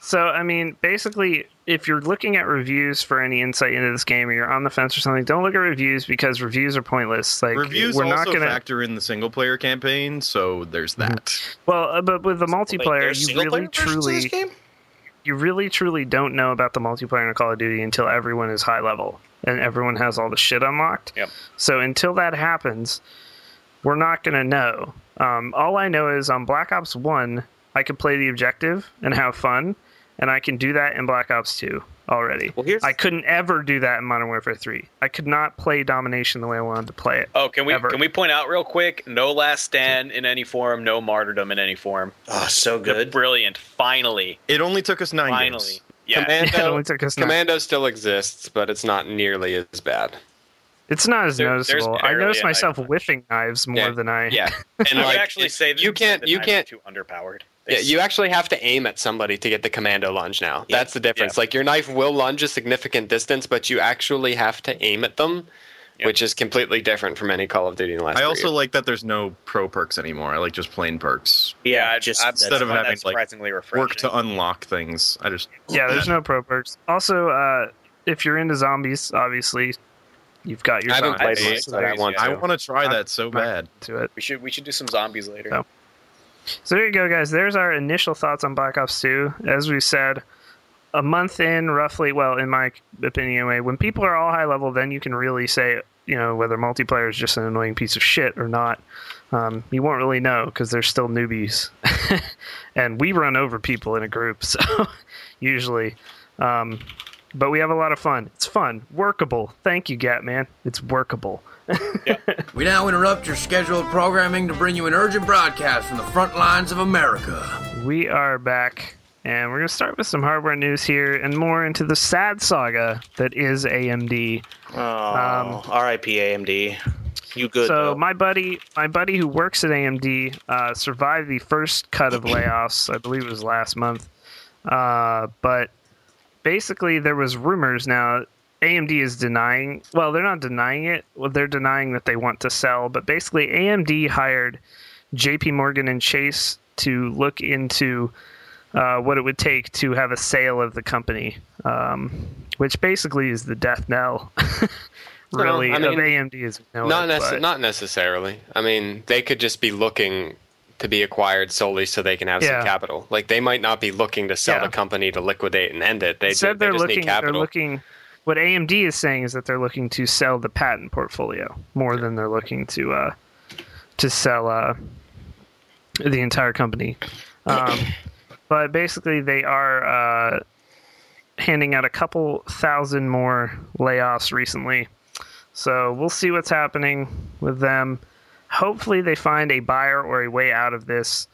so I mean, basically, if you're looking at reviews for any insight into this game, or you're on the fence or something, don't look at reviews because reviews are pointless. Like Reviews we're also not going to. factor in the single player campaign, so there's that. Mm-hmm. Well, uh, but with the Wait, multiplayer, there's you single really player versions of this truly, game? you really truly don't know about the multiplayer in Call of Duty until everyone is high level and everyone has all the shit unlocked. Yep. So until that happens, we're not going to know. Um, all I know is on Black Ops 1, I could play the objective and have fun, and I can do that in Black Ops 2 already. Well, here's- I couldn't ever do that in Modern Warfare 3. I could not play Domination the way I wanted to play it. Oh, can we Ever. can we point out real quick? No last stand in any form, no martyrdom in any form. Oh, so good. Brilliant. Finally, It only took us nine finally, years. yeah. It Commando, only took us nine. Commando still exists, but it's not nearly as bad. It's not as There- there's noticeable. I barely noticed a knife myself punch. whipping knives more Yeah. than I. Yeah, And I like, would actually it- say that you can't- the you knives can't- are too underpowered. They Yeah, you actually have to aim at somebody to get the commando lunge now. Yeah, That's the difference. Like your knife will lunge a significant distance, but you actually have to aim at them, Yeah. which is completely different from any Call of Duty in the last. I three also years. like that there's no pro perks anymore. I like just plain perks. Yeah, I- just I- that's instead of find that having, like, surprisingly refreshing. Work to unlock things. I just Yeah, there's no pro perks. Also, uh, if you're into zombies, obvioly, you've got your I haven't zombies played much, but I want I to. want to try that so bad. to it. we should we should do some zombies later. Oh. So there you go, guys. There's our initial thoughts on Black Ops 2. As we said, a month in, roughly, well, in my opinion, anyway, when people are all high level, then you can really say, you know, whether multiplayer is just an annoying piece of shit or not. Um, you won't really know because they're still newbies, and we run over people in a group, so usually. Um, but we have a lot of fun. It's fun, workable. Thank you, Gat man. It's workable. We now interrupt your scheduled programming to bring you an urgent broadcast from the front lines of America. We are back, and we're going to start with some hardware news here and more into the sad saga that is AMD. Oh, R.I.P. AMD. You good? Um, So though. my buddy, my buddy who works at AMD, uh, survived the first cut of layoffs. I believe it was last month. Uh, but basically, there was rumors now. AMD is denying. Well, they're not denying it. Well, they're denying that they want to sell. But basically, AMD hired J.P. Morgan and Chase to look into uh, what it would take to have a sale of the company, um, which basically is the death knell. really, I mean, of AMD is not nece- not necessarily. I mean, they could just be looking to be acquired solely so they can have Yeah. some capital. Like they might not be looking to sell Yeah. the company to liquidate and end it. They ju- said they they're just looking. need They're capital. looking. What AMD is saying is that they're looking to sell the patent portfolio more than they're looking to uh, to sell uh, the entire company. Um, but basically, they are uh, handing out a couple thousand more layoffs recently. So we'll see what's happening with them. Hopefully, they find a buyer or a way out of this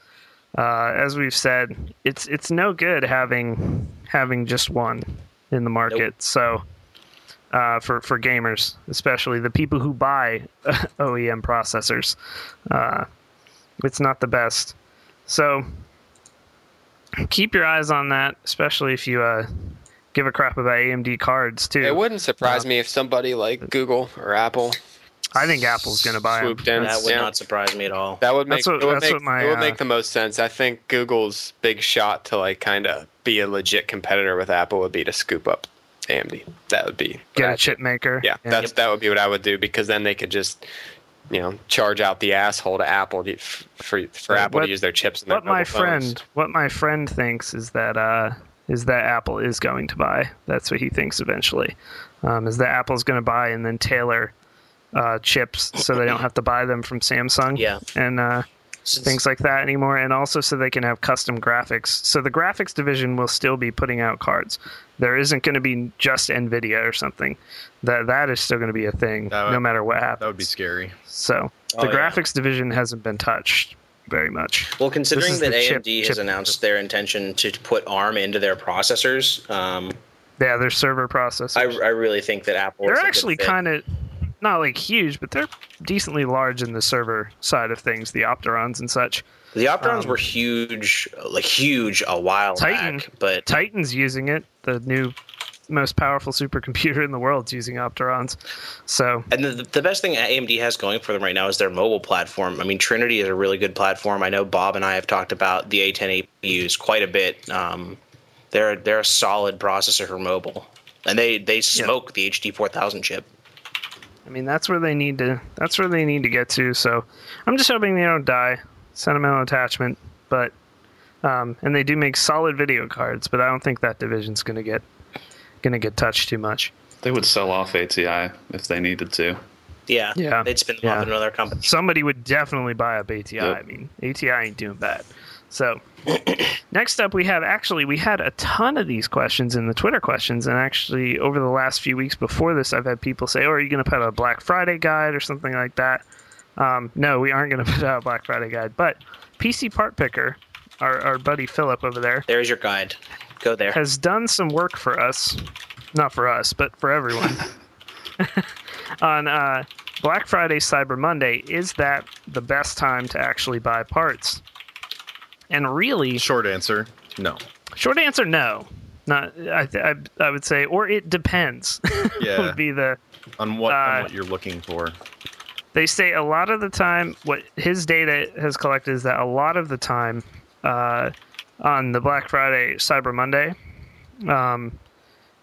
uh, as we've said, it's it's no good having having just one in the market. So uh, for for gamers, especially the people who buy OEM processors, uh, it's not the best. So keep your eyes on that, especially if you uh, give a crap about AMD cards too. It wouldn't uh, surprise me if somebody like Google or Apple I think Apple's going to buy them. swooped in. that would Yeah. not surprise me at all. That would make That's what- it would, that's make, what my, it would uh, make the most sense. I think Google's big shot to like kind of be a legit competitor with Apple would be to scoop up AMD. That would be what Get I- a chip maker. Yeah, that's that would be what I would do because then they could just you know charge out the asshole to Apple to, f- for for Apple what- to use their chips. In their what my mobile phones. friend what my friend thinks is that uh is that apple is going to buy that's what he thinks eventually um, is that apple's going to buy and then tailor uh, chips so they don't have to buy them from samsung Yeah. and uh Since- things like that anymore and also so they can have custom graphics so the graphics division will still be putting out cards there isn't going to be just nvidia or something that that is still going to be a thing That would- no matter what happens That would be scary. so the Oh, yeah. graphics division hasn't been touched very much Well, considering is that the AMD chip- has chip- announced their intention to put ARM into their processors, um, Yeah, their server processors. I, I really think that Apple. they're actually kind of not like huge, but they're decently large in the server side of things, the Opterons and such. of the Opterons um, were huge, like huge a while Titan. back, but Titan's using it, the new most powerful supercomputer in the world is using Opterons. So And the, the best thing AMD has going for them right now is their mobile platform. I mean, Trinity is a really good platform. I know Bob and I have talked about the A10 APUs quite a bit. Um, they're they're a solid processor for mobile, and they they smoke the HD 4000 chip. I mean, that's where they need to. That's where they need to get to. So, I'm just hoping they don't die. Sentimental attachment, but um, and they do make solid video cards, but I don't think that division's gonna get gonna get touched too much. They would sell off ATI if they needed to. Yeah, Yeah. They'd spin them Yeah. off in another company. Somebody would definitely buy up ATI. I Yep. mean, ATI ain't doing bad. So, next up, we have actually we had a ton of these questions in the Twitter questions, and actually over the last few weeks before this, I've had people say, "Oh, are you going to put out a Black Friday guide or something like that?" Um, no, we aren't going to put out a Black Friday guide, but PC Part Picker, our, our buddy Philip over there, There's your guide. Go there. has done some work for us, not for us, but for everyone on uh, Black Friday, Cyber Monday. Is that the best time to actually buy parts? And really, Short answer, no. short answer, no. Not, I, th- I, I would say, or it depends. Yeah, would be the on what on uh, what you're looking for. they say a lot of the time what his data has collected is that a lot of the time uh, on the black friday cyber monday um,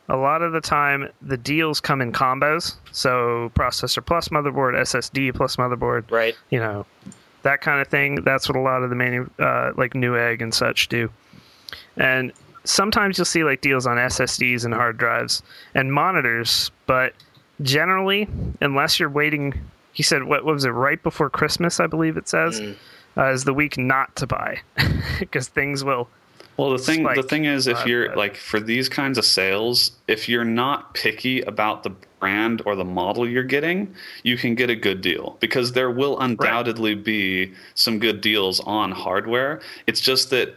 a lot of the time the deals come in combos so processor plus motherboard ssd plus motherboard Right. you know that kind of thing that's what a lot of the manu- uh, like newegg and such do and sometimes you'll see like deals on ssds and hard drives and monitors but generally unless you're waiting he said what, what was it right before christmas i believe it says uh, is the week not to buy because things will Well, the thing the Spike. thing is, if Uh, you're but- like for these kinds of sales, if you're not picky about the brand or the model you're getting, you can get a good deal because there will undoubtedly be some good deals on hardware. It's just that.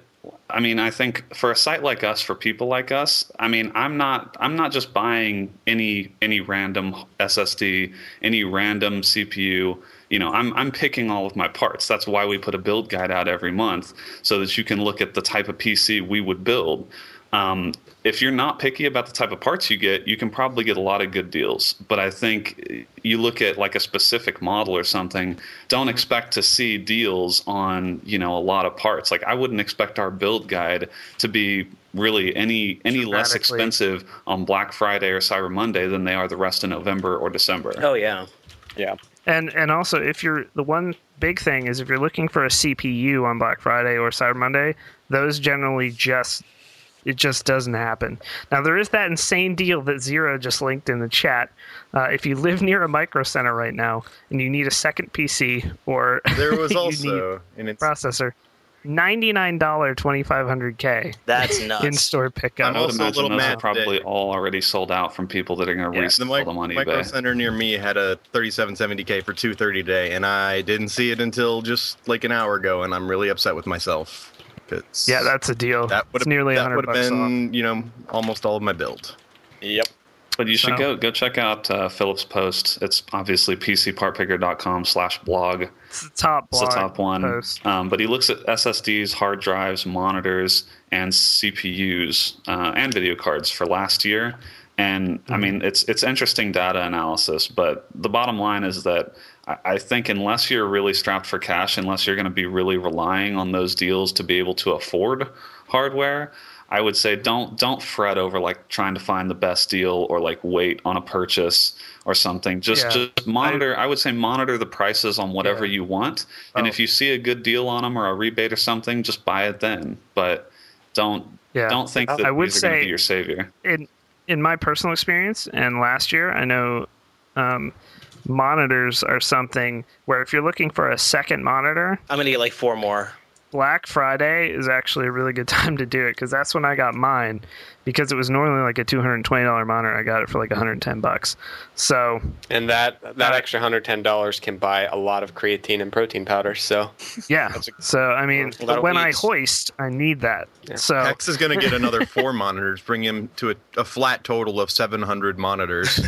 I mean, I think for a site like us, for people like us, I mean, I'm not, I'm not just buying any any random SSD, any random CPU you know I'm, I'm picking all of my parts that's why we put a build guide out every month so that you can look at the type of pc we would build um, if you're not picky about the type of parts you get you can probably get a lot of good deals but i think eh, you look at like a specific model or something don't expect to see deals on you know a lot of parts like i wouldn't expect our build guide to be really any any less Dramatically. expensive on black friday or cyber monday than they are the rest of november or december Oh yeah. Yeah. And and also, if you're the one big thing is if you're looking for a CPU on Black Friday or Cyber Monday, those generally just it just doesn't happen. Now there is that insane deal that Zero just linked in the chat. Uh, if you live near a micro center right now and you need a second PC or There was you also an ins- need processor, ninety nine dollar twenty five hundred K That's nuts. in store pickup. I'm I would also imagine a little those are mad probably that- all already sold out from people that are going to Yeah. resell the mic- them on micro eBay. center near me had a 3770K for 230 today, and I didn't see it until just like an hour ago, and I'm really upset with myself. 'cause yeah, that's a deal. that would it's have nearly that hundred would have bucks off. been you know almost all of my build. Yep. But you should So- go go check out uh, Philip's post. It's obviously pcpartpicker.com slash blog. It's the top It's blog the top one. post. Um, but he looks at SSDs, hard drives, monitors, and CPUs uh, and video cards for last year. And Mm-hmm. I mean, it's it's interesting data analysis. But the bottom line is that I, I think unless you're really strapped for cash, unless you're going to be really relying on those deals to be able to afford hardware. I would say don't don't fret over like trying to find the best deal or like wait on a purchase or something. Just Yeah. just monitor. I, would say monitor the prices on whatever you want, and Oh. if you see a good deal on them or a rebate or something, just buy it then. But don't Yeah. don't think that I would these are going say- to be your savior. in in my personal experience and last year i know um, monitors are something where if you're looking for a second monitor I'm gonna get like four more. black friday is actually a really good time to do it because that's when i got mine because it was normally like a $220 monitor i got it for like 110 bucks so And that that Uh, extra hundred ten dollars can buy a lot of creatine and protein powder. So yeah so i mean a lot of when i weeks. hoist i need that so Hex is going to get another four monitors, bring him to a, a flat total of 700 monitors.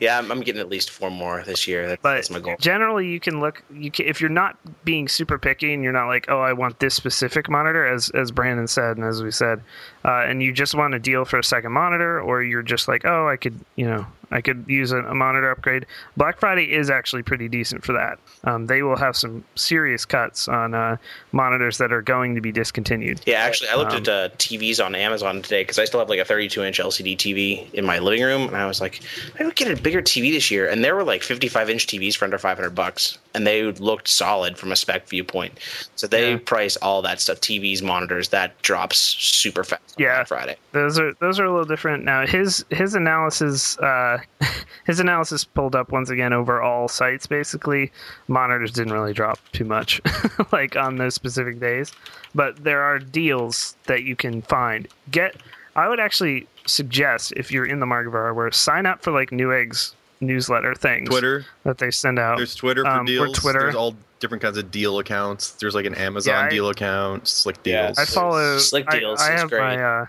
yeah, I'm, I'm getting at least four more this year. That- but that's my goal. generally you can look you can, if you're not being super picky and you're not not like, oh, I want this specific monitor, as as Brandon said and as we said, uh, and you just want a deal for a second monitor, or you're just like, oh, I could, you know, I could use a, a monitor upgrade. Black Friday is actually pretty decent for that. Um, they will have some serious cuts on uh, monitors that are going to be discontinued. Yeah, actually, I Um, looked at uh, TVs on Amazon today because I still have like a 32 inch LCD TV in my living room, and I was like, I would get a bigger TV this year. And there were like 55 inch TVs for under 500 bucks, and they looked solid from a spec viewpoint. So they price all that stuff, TVs, monitors, that drops super fast. on Yeah. Black Friday. those are those are a little different now his his analysis uh his analysis pulled up once again over all sites basically monitors didn't really drop too much like on those specific days but there are deals that you can find get i would actually suggest if you're in the market for hardware sign up for like neweggs newsletter things Twitter. that they send out There's Twitter for Um, or deals. Twitter. There's all different kinds of deal accounts. There's like an Amazon Yeah, I- deal account, Slick Yeah. Deals. I follow Slick I- Deals I, is have great. my uh,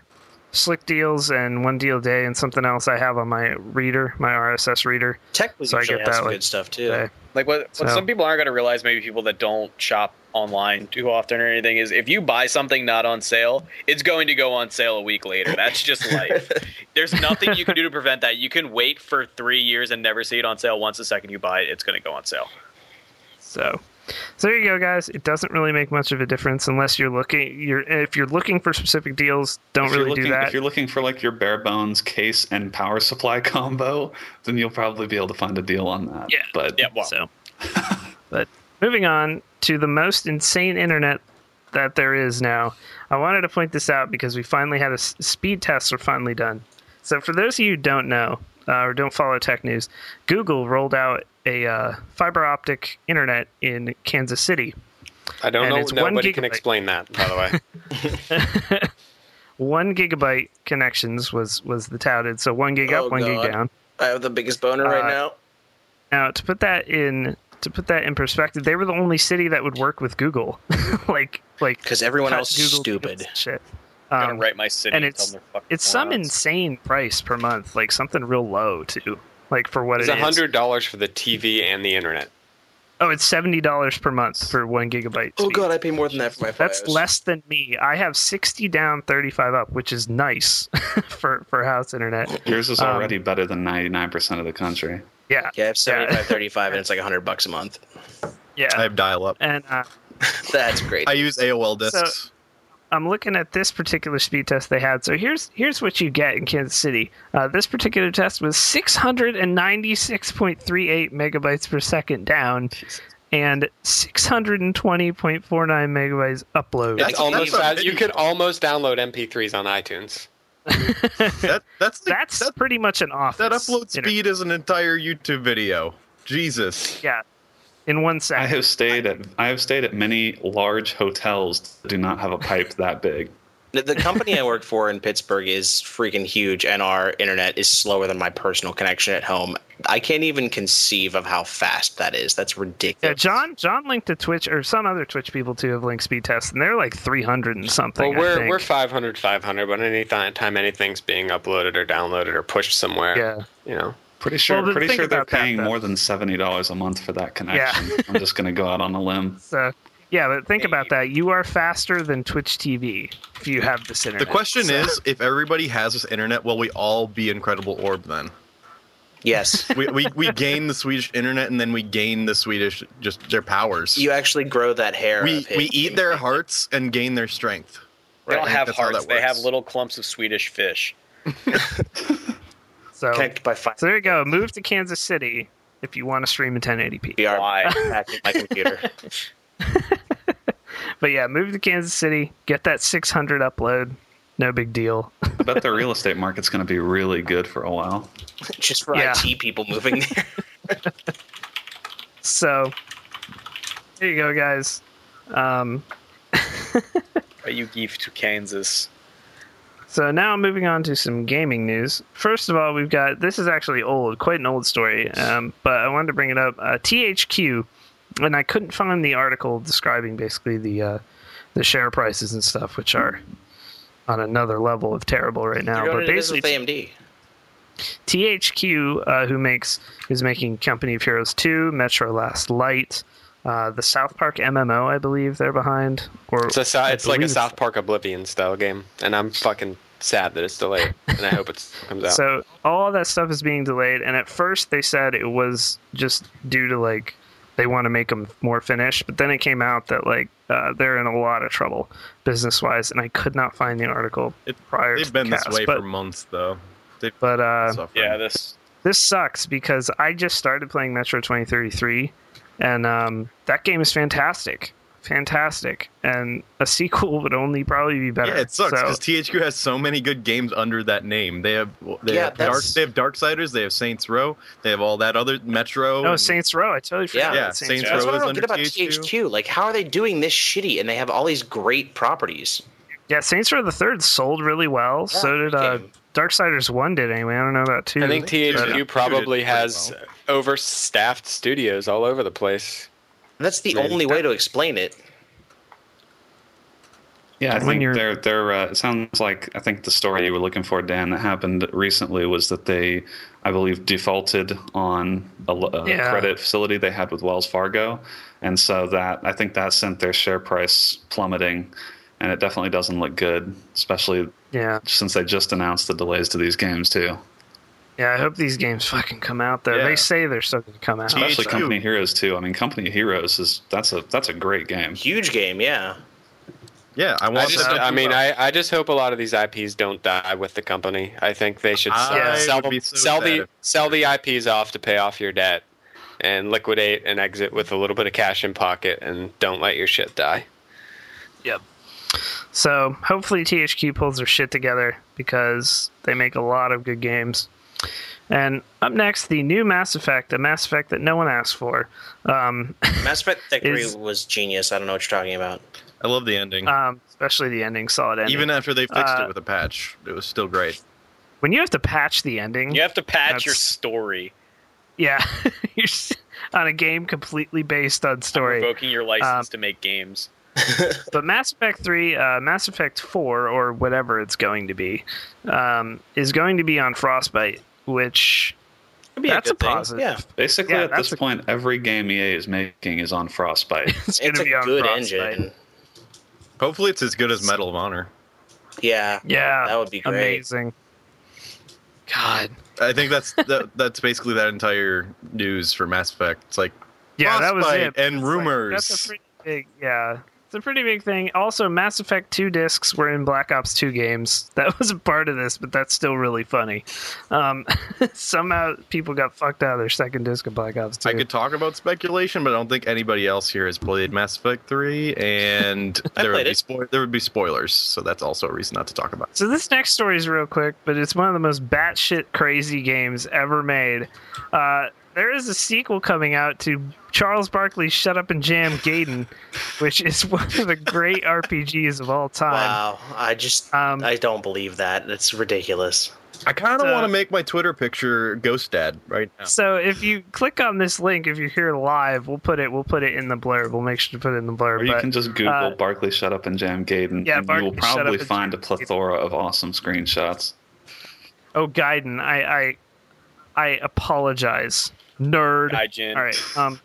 slick deals and one deal a day and something else I have on my reader, my RSS reader. Tech was So I usually get has that, some like, good stuff too. Okay. Like what, what So- some people aren't going to realize, maybe people that don't shop online too often or anything, is if you buy something not on sale, it's going to go on sale a week later. That's just life. There's nothing you can do to prevent that. You can wait for three years and never see it on sale. Once the second you buy it, it's going to go on sale. So, so there you go, guys. It doesn't really make much of a difference unless you're looking. You're if you're looking for specific deals, don't if really you're looking, do that. If you're looking for like your bare bones case and power supply combo, then you'll probably be able to find a deal on that. Yeah. But Yeah, well, So, but moving on to the most insane internet that there is now. I wanted to point this out because we finally had a s- speed tests are finally done. So for those of you who don't know uh, or don't follow tech news, Google rolled out a uh, fiber optic internet in Kansas City. I don't And know. it's one Nobody can gigabyte. explain that, by the way. One gigabyte connections was was the touted. So one gig Oh, up, one God. gig down. I have the biggest boner right Uh, now. Now, to put that in to put that in perspective, they were the only city that would work with Google, like like 'Cause everyone cut else is stupid. Google's Shit. I'm going Um, to write my city and and it's- tell them they're fucking it's some morons. insane price per month, like something real low too, like for what It's it's it is. hundred dollars for the TV and the internet. Oh, it's seventy dollars per month for one gigabyte. Oh speed. god, I pay more than that for my phone. That's less than me. I have sixty down, thirty-five up, which is nice for for house internet. yours is Um, already better than 99% of the country. Yeah, Yeah, I have 75, 35, and it's like 100 bucks a month. yeah. I have dial up. and uh, That's great. I use AOL discs. I'm looking at this particular speed test they had. So here's here's what you get in Kansas City. Uh, this particular test was 696.38 megabytes per second down, and 620.49 megabytes upload. It's That's- almost that's a as- you mini- could almost download MP3s on iTunes. that, that's the, That's that, pretty much an office. that upload internet. speed is an entire YouTube video. Jesus. Yeah, in one I second. have stayed at I have stayed at many large hotels that do not have a pipe that big. The, the company I work for in Pittsburgh is freaking huge, and our internet is slower than my personal connection at home. I can't even conceive of how fast that is. That's ridiculous. Yeah, John. John linked to Twitch or some other Twitch people too have linked speed tests, and they're like 300 and something. Well, I we're think. we're 500, 500, but any th- time anything's being uploaded or downloaded or pushed somewhere, yeah. you know, Pretty sure Well, then pretty think sure they're about that, paying though. more than seventy dollars a month for that connection. I'm just gonna go out on a limb. So yeah, but think about that. You are faster than Twitch TV if you have this internet. The question So- is, if everybody has this internet, will we all be Incredible Orb then? Yes. We, we, we gain the Swedish internet, and then we gain the Swedish just their powers. You actually grow that hair. we of his we eat their hearts and gain their strength. They I don't think have that's how hearts. that They have works. little clumps of Swedish fish. So, connected by five. so there you go. Move to Kansas City if you want to stream in 1080p. We are Why? hacking my computer. But yeah, move to Kansas City. Get that 600 upload. No big deal. I bet the real estate market's gonna be really good for a while. Just for Yeah. IT people moving there. So there you go, guys. Um, Are you give to Kansas? so now moving on to some gaming news. First of all, we've got this is actually old, quite an old story, um, but I wanted to bring it up. Uh, THQ, and I couldn't find the article describing basically the uh, the share prices and stuff, which are on another level of terrible right now. You're But doing it basically, with AMD. THQ, uh, who makes who's making Company of Heroes two, Metro Last Light, uh, the South Park MMO, I believe they're behind. Or It's a Sou- I it's like a believe- South Park Oblivion style game, and I'm fucking sad that it's delayed, and I hope it comes out. So all that stuff is being delayed, and at first they said it was just due to like they want to make them more finished, but then it came out that like uh, they're in a lot of trouble business wise, and I could not find the article It- prior. to They've the been this cast, way but, for months, though. They've But been uh, suffering. Yeah, this this sucks because I just started playing Metro 2033, and um, that game is fantastic, fantastic, and a sequel would only probably be better. Yeah, it sucks So- because THQ has so many good games under that name. They have they Yeah, have dark that's- they have Darksiders, they have Saints Row, they have all that other Metro. Oh, and- Saints Row! I totally forgot. Yeah, about Saints, Row. Saints Row. That's what I is don't get under about THQ. THQ. Like, how are they doing this shitty? And they have all these great properties. Yeah, Saints Row the Third sold really well. Yeah, so did great uh, game. Darksiders One did anyway. I don't know about two. I think Two THQ did probably pretty has overstaffed studios all over the place. That's the Maybe. only way to explain it. Yeah, I When think you're- they're they're. Uh, it sounds like I think the story you were looking for, Dan, that happened recently was that they, I believe, defaulted on a, l- a Yeah. credit facility they had with Wells Fargo, and so that I think that sent their share price plummeting, and it definitely doesn't look good, especially yeah, since they just announced the delays to these games too, yeah. I hope these games fucking come out though. Yeah. They say they're still gonna come out. Gee. especially THQ. Company Heroes too. I mean, Company Heroes is that's a that's a great game. Huge game, yeah. Yeah, I I want just, that. I mean, I, I just hope a lot of these IPs don't die with the company. I think they should sell, I sell, would be them- so sell sad the if- sell the IPs off to pay off your debt, and liquidate and exit with a little bit of cash in pocket, and don't let your shit die. So hopefully THQ pulls their shit together because they make a lot of good games. And up next, the new Mass Effect, a Mass Effect that no one asked for. Um, Mass Effect 3 Is- was genius. I don't know what you're talking about. I love the ending. um, especially the ending, solid ending. Even after they fixed uh, it with a patch, it was still great. when you have to patch the ending, you have to patch That's- your story, yeah, you're s- on a game completely based on story. revoking your license Um, to make games. But Mass Effect 3, uh, Mass Effect 4, or whatever it's going to be, um, is going to be on Frostbite, which be a that's a, good thing, positive. yeah. Basically, Yeah, at this that's a- point, every game EA is making is on Frostbite. It's, going It's to a be on good Frostbite. engine. Hopefully, it's as good as Medal of Honor. Yeah. Yeah. That would be great. Amazing. God. I think that's that, that's basically that entire news for Mass Effect. It's like Yeah, that was Frostbite it. and It's like, that's rumors. a pretty big, yeah. It's a pretty big thing. Also, Mass Effect 2 discs were in Black Ops 2 games. That was a part of this, but that's still really funny. Um, somehow people got fucked out of their second disc of Black Ops 2. I could talk about speculation, but I don't think anybody else here has played Mass Effect 3, and I there would, played be it. spo- there would be spoilers, so that's also a reason not to talk about. it. So this next story is real quick, but it's one of the most batshit crazy games ever made. Uh, there is a sequel coming out to Charles Barkley's Shut Up and Jam Gaiden, which is one of the great RPGs of all time. Wow. I just, Um, I don't believe that. That's ridiculous. I kind of So- want to make my Twitter picture Ghost Dad right now. So if you click on this link, if you're here live, we'll put it. We'll put it in the blurb. We'll make sure to put it in the blurb. Or you but- can just Google uh, Barkley Shut Up and Jam Gaiden, Yeah, and you Barkley will Shut Up probably and find a Jam Gaiden. plethora of awesome screenshots. oh, Gaiden, I, I, I apologize, nerd. Gaijin. All right. Um,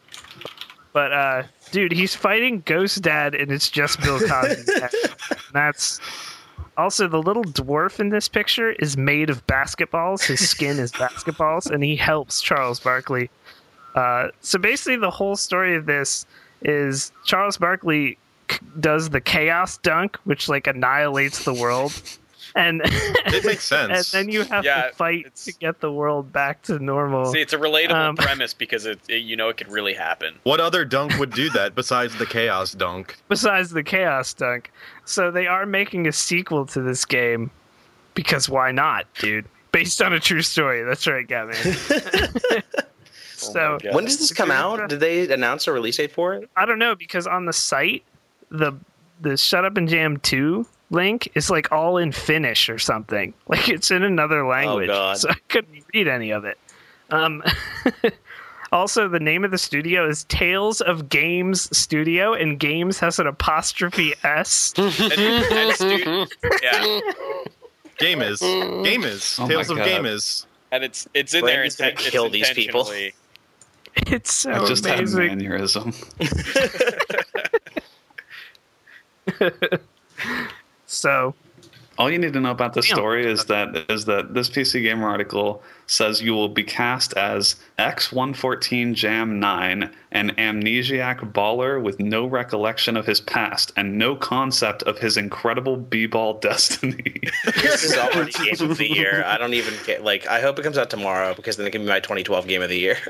but uh, dude, he's fighting Ghost Dad, and it's just Bill Cosby. That's also the little dwarf in this picture is made of basketballs. His skin is basketballs, and he helps Charles Barkley. Uh, so basically, the whole story of this is Charles Barkley c- does the chaos dunk, which like annihilates the world, and It makes and sense. then you have Yeah, to fight it's- to get the world back to normal. See, it's a relatable Um, premise because it, it- you know it could really happen. what other dunk would do that besides the Chaos Dunk? besides the chaos dunk so they are making a sequel to this game because why not dude based on a true story that's right Gavin. so God. Yeah. When does this come out? Did they announce a release date for it? i don't know because on the site the the shut up and jam 2 link is like all in finnish or something like it's in another language God. so i couldn't read any of it um Also, the name of the studio is Tales of Games Studio, and Games has an apostrophe S. And- and stu- yeah, Game is. Mm. Game is. Oh my Tales of God. Game is. and it's it's in there. Brandon's gonna inten- it's kill these people. intentionally- It's so I just Oh, amazing. had an aneurysm. So All you need to know about this Damn. story is that is that this PC Gamer article says you will be cast as X114 Jam 9, an amnesiac baller with no recollection of his past and no concept of his incredible b-ball destiny. this is already game of the year. I don't even get like. I hope it comes out tomorrow because then it can be my 2012 game of the year.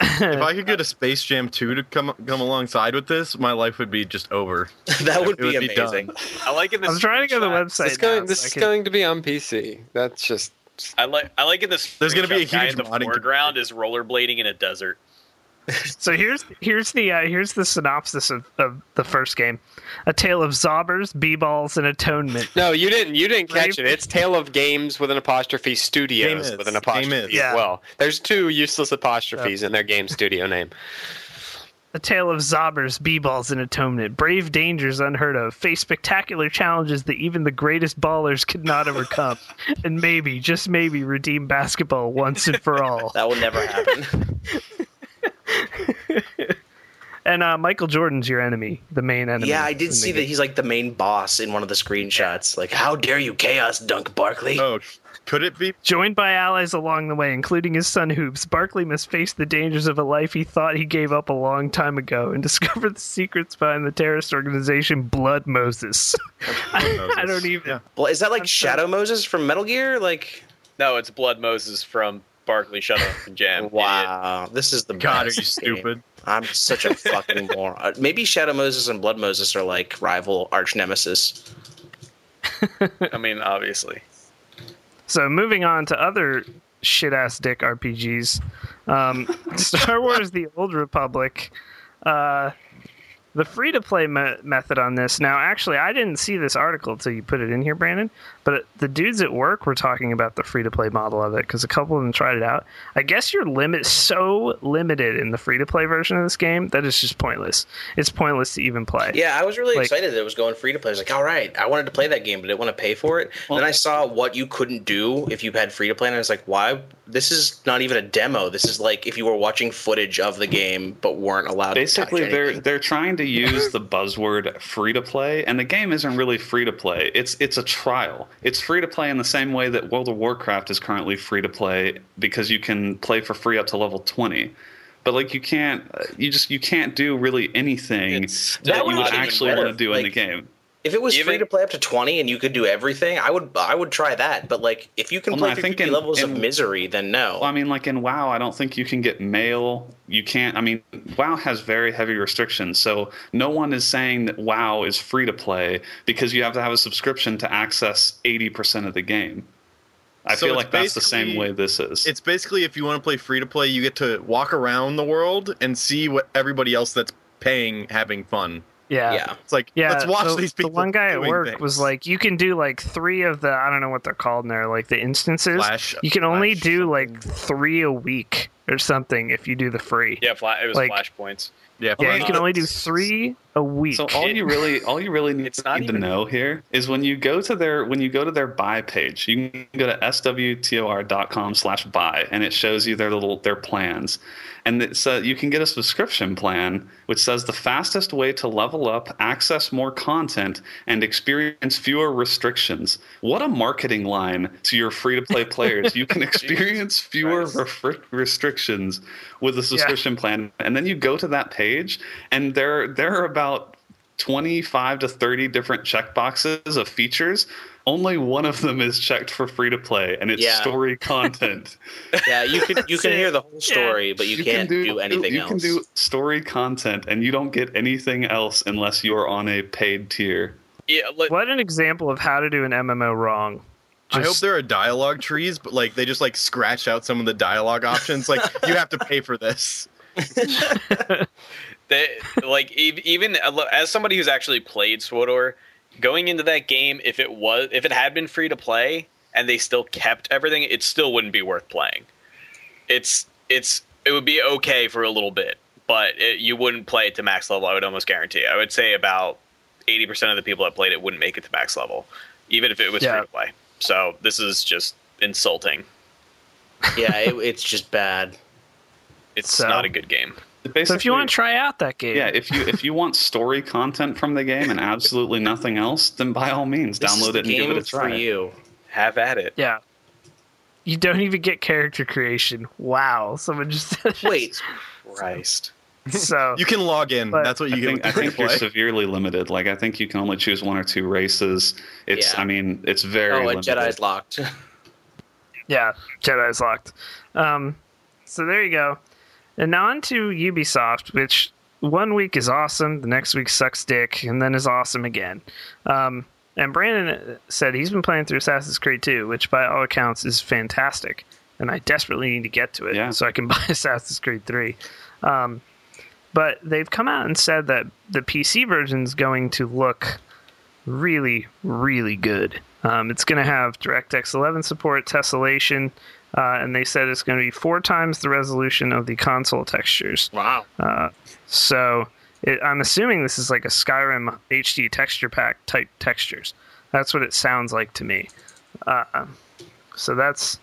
If I could get a Space Jam 2 to come come alongside with this, my life would be just over. that would It would be be done. amazing. I like in this. I'm trying to go to the website. This, going, now this so I is can- going to be on PC. That's just I like. I like in this. There's gonna be a screenshot, guy in huge the modding foreground is rollerblading in a desert. So here's here's the uh, here's the synopsis of, of the first game: a tale of zobbers, b-balls, and atonement. no. You didn't. You didn't catch Right? it. It's Tale of Games with an apostrophe Game Studios is. with an Game is. apostrophe Yeah. as well. There's two useless apostrophes in their game studio name. A tale of zobbers, b-balls, and atonement. Brave dangers unheard of. Face spectacular challenges that even the greatest ballers could not overcome. and maybe, just maybe, redeem basketball once and for all. That will never happen. And uh, Michael Jordan's your enemy, the main enemy. yeah, I did see that he's like the main boss in one of the screenshots. Like, how dare you, Chaos Dunk Barkley? Oh, could it be? Joined by allies along the way, including his son Hoops, Barkley must face the dangers of a life he thought he gave up a long time ago and discover the secrets behind the terrorist organization Blood Moses. I don't even. Yeah. Well, is that like I'm sorry. Shadow Moses from Metal Gear? Like, No, it's Blood Moses from Barkley Shut Up and Jam. Idiot. wow, this is the God, are best you game. stupid? I'm such a fucking moron. Uh, Maybe Shadow Moses and Blood Moses are like rival arch nemesis. I mean, obviously. So moving on to other shit ass dick RPGs, um, Star Wars: The Old Republic. Uh, the free to play me- method on this. Now, actually, I didn't see this article till you put it in here, Brandon. But the dudes at work were talking about the free to play model of it because a couple of them tried it out. I guess you're limit so limited in the free to play version of this game that it's just pointless. It's pointless to even play. Yeah, I was really Like- excited that it was going free to play. I was like, all right, I wanted to play that game, but I didn't want to pay for it. then I saw what you couldn't do if you had free to play, and I was like, why? This is not even a demo. This is like if you were watching footage of the game but weren't allowed. Basically, to touch they're anything. they're trying to use the buzzword free to play, and the game isn't really free to play. It's it's a trial. It's free to play in the same way that World of Warcraft is currently free to play because you can play for free up to level twenty. But like you can't, uh, you just you can't do really anything It's- that, That you would've would been actually better, want to do in the like- game. If it was Even- free to play up to twenty and you could do everything, I would I would try that. But like if you can Well, no, play I through think 50 in- levels of in- misery, then no. Well, I mean, like in WoW, I don't think you can get mail. You can't. I mean, WoW has very heavy restrictions, so no one is saying that WoW is free to play because you have to have a subscription to access eighty percent of the game. I So feel it's like that's the same basically- way this is. It's basically if you want to play free to play, you get to walk around the world and see what everybody else that's paying having fun. yeah. yeah. It's like Yeah, let's watch the, these people. The one guy at doing work things. was like, "You can do like three of the I don't know what they're called now, like the instances. Flash- you can only flash do like three a week or something if you do the free. Yeah, fla- it was Like- flashpoints. yeah, Yeah, fine. you can only do three a week. So all you really, all you really need, It's not need even- to know here is when you go to their when you go to their buy page, you can go to swtor.com slash buy, and it shows you their little their plans, and it says you can get a subscription plan which says the fastest way to level up, access more content, and experience fewer restrictions. What a marketing line to your free to play players! You can experience fewer refri- restrictions with a subscription plan, and then you go to that page, and there there are about 25 to 30 different checkboxes of features. Only one of them is checked for free to play, and it's Yeah. story content. Yeah, you can you can hear the whole Yeah. story, but you, can't do, anything you else. can do story content, and you don't get anything else unless you are on a paid tier. Yeah, let, what an example of how to do an MMO wrong. I hope Just- there are dialogue trees, but like they just like scratch out some of the dialogue options. Like you have to pay for this. they, like ev- even uh, as somebody who's actually played Swador, going into that game, if it was if it had been free to play and they still kept everything, it still wouldn't be worth playing. It's it's it would be okay for a little bit, but it, you wouldn't play it to max level. I would almost guarantee. I would say about eighty percent of the people that played it wouldn't make it to max level, even if it was Yeah. free to play. So this is just insulting. yeah, it, it's just bad. It's So- not a good game. So if you want to try out that game, yeah, if you if you want story content from the game and absolutely nothing else, then by all means, This is download the it and give game it a try. For you. Have at it. yeah. You don't even get character creation. Wow, someone just Wait, Christ. so You can log in. But- That's what you I get think, I with free think you're play. severely limited. Like I think you can only choose one or two races. It's Yeah. I mean it's very oh, a limited. Jedi's locked. Yeah, Jedi's locked. Um, so there you go. And now on to Ubisoft, which one week is awesome, the next week sucks dick, and then is awesome again. Um, and Brandon said he's been playing through Assassin's Creed 2, which by all accounts is fantastic. And I desperately need to get to it Yeah. so I can buy Assassin's Creed 3. Um, but they've come out and said that the PC version's going to look really, really good. Um, it's going to have DirectX 11 support, tessellation, uh, and they said it's going to be four times the resolution of the console textures. Wow. Uh, So it, I'm assuming this is like a Skyrim HD texture pack type textures. That's what it sounds like to me. Uh, so that's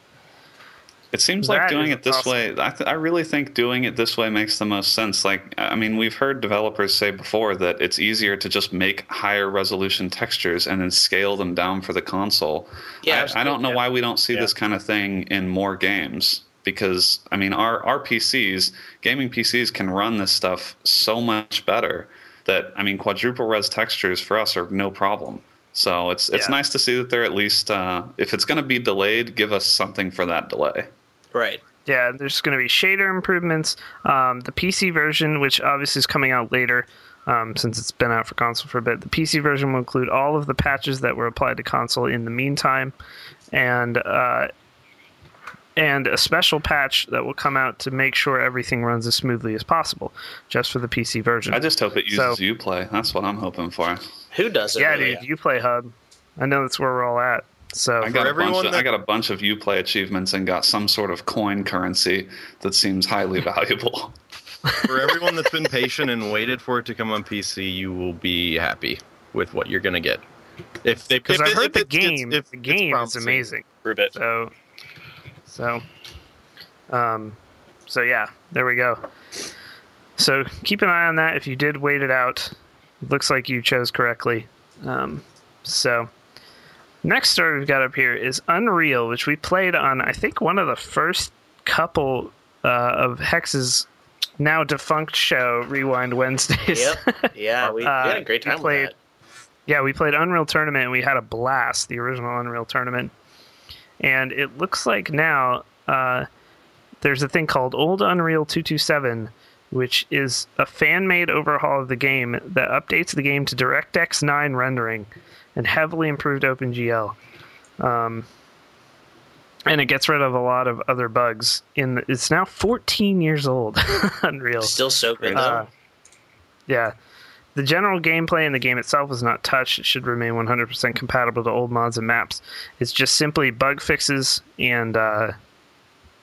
It seems That like doing is it this awesome. way. I, th- I really think doing it this way makes the most sense. Like, I mean, we've heard developers say before that it's easier to just make higher resolution textures and then scale them down for the console. Yeah, I, I don't know why we don't see Yeah. this kind of thing in more games because I mean, our our PCs, gaming PCs, can run this stuff so much better that I mean, quadruple res textures for us are no problem. So it's it's Yeah. nice to see that they're at least uh, if it's going to be delayed, give us something for that delay. right. yeah. There's going to be shader improvements. Um, the PC version, which obviously is coming out later. Um, since it's been out for console for a bit, the PC version will include all of the patches that were applied to console in the meantime, and uh, and a special patch that will come out to make sure everything runs as smoothly as possible, just for the PC version. I just hope it So- uses Uplay. That's what I'm hoping for. Who does it? Yeah, really? dude, you play Hub. I know that's where we're all at. So I got a bunch everyone of, that- I got a bunch of Uplay achievements and got some sort of coin currency that seems highly valuable. for everyone that's been patient and waited for it to come on PC, you will be happy with what you're gonna get. If they because if I it- heard if the it gets- game, if the it's game is promising. amazing. Prove it. So, so, um, so yeah, there we go. So keep an eye on that. If you did wait it out, looks like you chose correctly. Um, so next story we've got up here is Unreal, which we played on I think one of the first couple uh, of Hex's now defunct show, Rewind Wednesdays. Yep. Yeah, we, Uh, we had a great we time played- with that. Yeah, we played Unreal Tournament and we had a blast, the original Unreal Tournament. And it looks like now uh, there's a thing called Old Unreal 227, which is a fan made overhaul of the game that updates the game to DirectX 9 rendering and heavily improved OpenGL. Um, and it gets rid of a lot of other bugs. In the, it's now 14 years old, Unreal. Still so good though. Uh, yeah. The general gameplay in the game itself was not touched. It should remain 100% compatible to old mods and maps. It's just simply bug fixes and uh,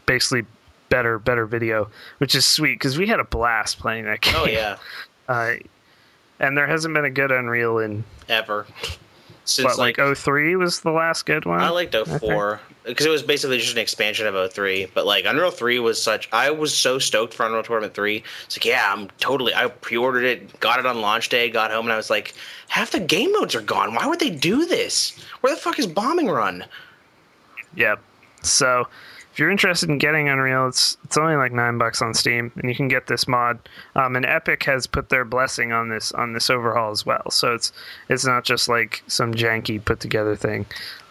basically better better video, which is sweet because we had a blast playing that game. oh yeah, Uh, and there hasn't been a good Unreal in ever. Since what, like, like oh three was the last good one. I Mm, liked 04 because it was basically just an expansion of 03. But like Unreal 3 was such. I was so stoked for Unreal Tournament 3. It's like, yeah, I'm totally. I pre ordered it, got it on launch day, got home, and I was like, half the game modes are gone. Why would they do this? Where the fuck is Bombing Run? Yep. So if you're interested in getting Unreal, it's it's only like nine bucks on Steam, and you can get this mod. Um, and Epic has put their blessing on this on this overhaul as well. So it's it's not just like some janky put together thing.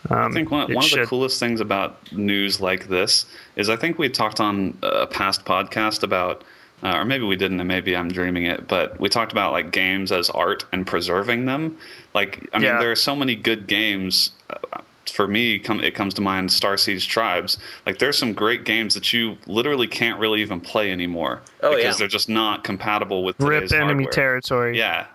Um, I think one, it one of the should- coolest things about news like this is I think we talked on a past podcast about, uh, or maybe we didn't, and maybe I'm dreaming it, but we talked about like games as art and preserving them. Like, I mean, Yeah. there are so many good games. Uh, for me, come, it comes to mind Star Siege Tribes. Like, there's some great games that you literally can't really even play anymore Oh, because yeah. they're just not compatible with rip today's enemy hardware. territory. Yeah.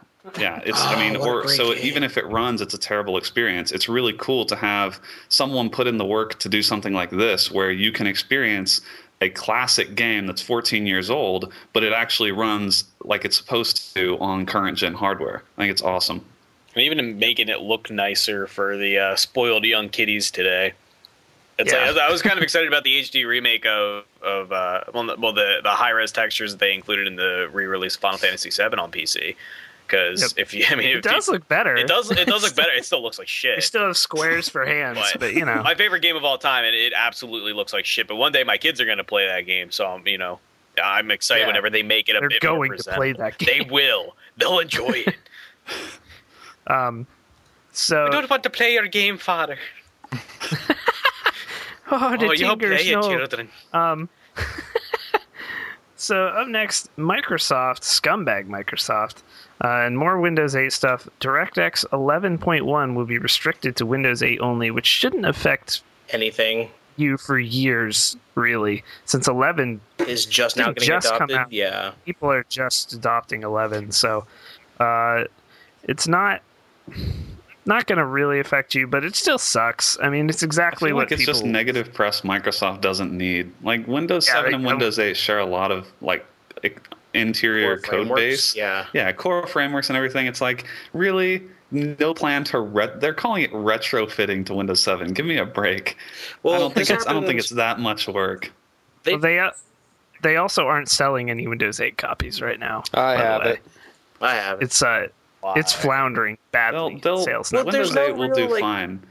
Yeah, it's. I mean, Ah, what a or great so game. even if it runs, it's a terrible experience. It's really cool to have someone put in the work to do something like this, where you can experience a classic game that's 14 years old, but it actually runs like it's supposed to on current gen hardware. I think it's awesome. And even making it look nicer for the uh, spoiled young kiddies today. It's Yeah. like, I was kind of excited about the HD remake of of uh, well, the- well the the high res textures that they included in the re release of Final Fantasy VII on PC because Yep. if you I mean It if does you, look better. it does it does look better it still looks like shit We still have squares for hands, But- but you know. my favorite game of all time, and it absolutely looks like shit. But one day my kids are going to play that game, so I'm, you know, I'm excited Yeah. whenever they make it a They're bit more going to play presentable. that They will. They'll enjoy it. Um, so I don't want to play your game, father. oh, the oh, you play tingers, it, no. children. Um, so up next, Microsoft, scumbag Microsoft, uh, and more Windows 8 stuff. DirectX 11.1 will be restricted to Windows 8 only, which shouldn't affect Anything you for years, really, since 11 is just now Didn't getting just come adopted. out. Yeah. people are just adopting 11 so uh, it's not not going to really affect you but it still sucks i mean it's I exactly feel what like it's people just negative press Microsoft doesn't need. Like Windows Yeah, 7 they and don't- Windows 8 share a lot of like i- interior Core code frameworks, base. yeah. Yeah, core frameworks and everything. It's like really no plan to ret they're calling it retrofitting to Windows 7. Give me a break. I Well, don't think this it's I don't think happens- it's that much work. they- Well, they uh, they also aren't selling any windows 8 copies right now I by the have way. it. I have it. it's uh it's floundering badly They'll, they'll, in sales Well, now. there's Windows no 8 will real, do like- fine.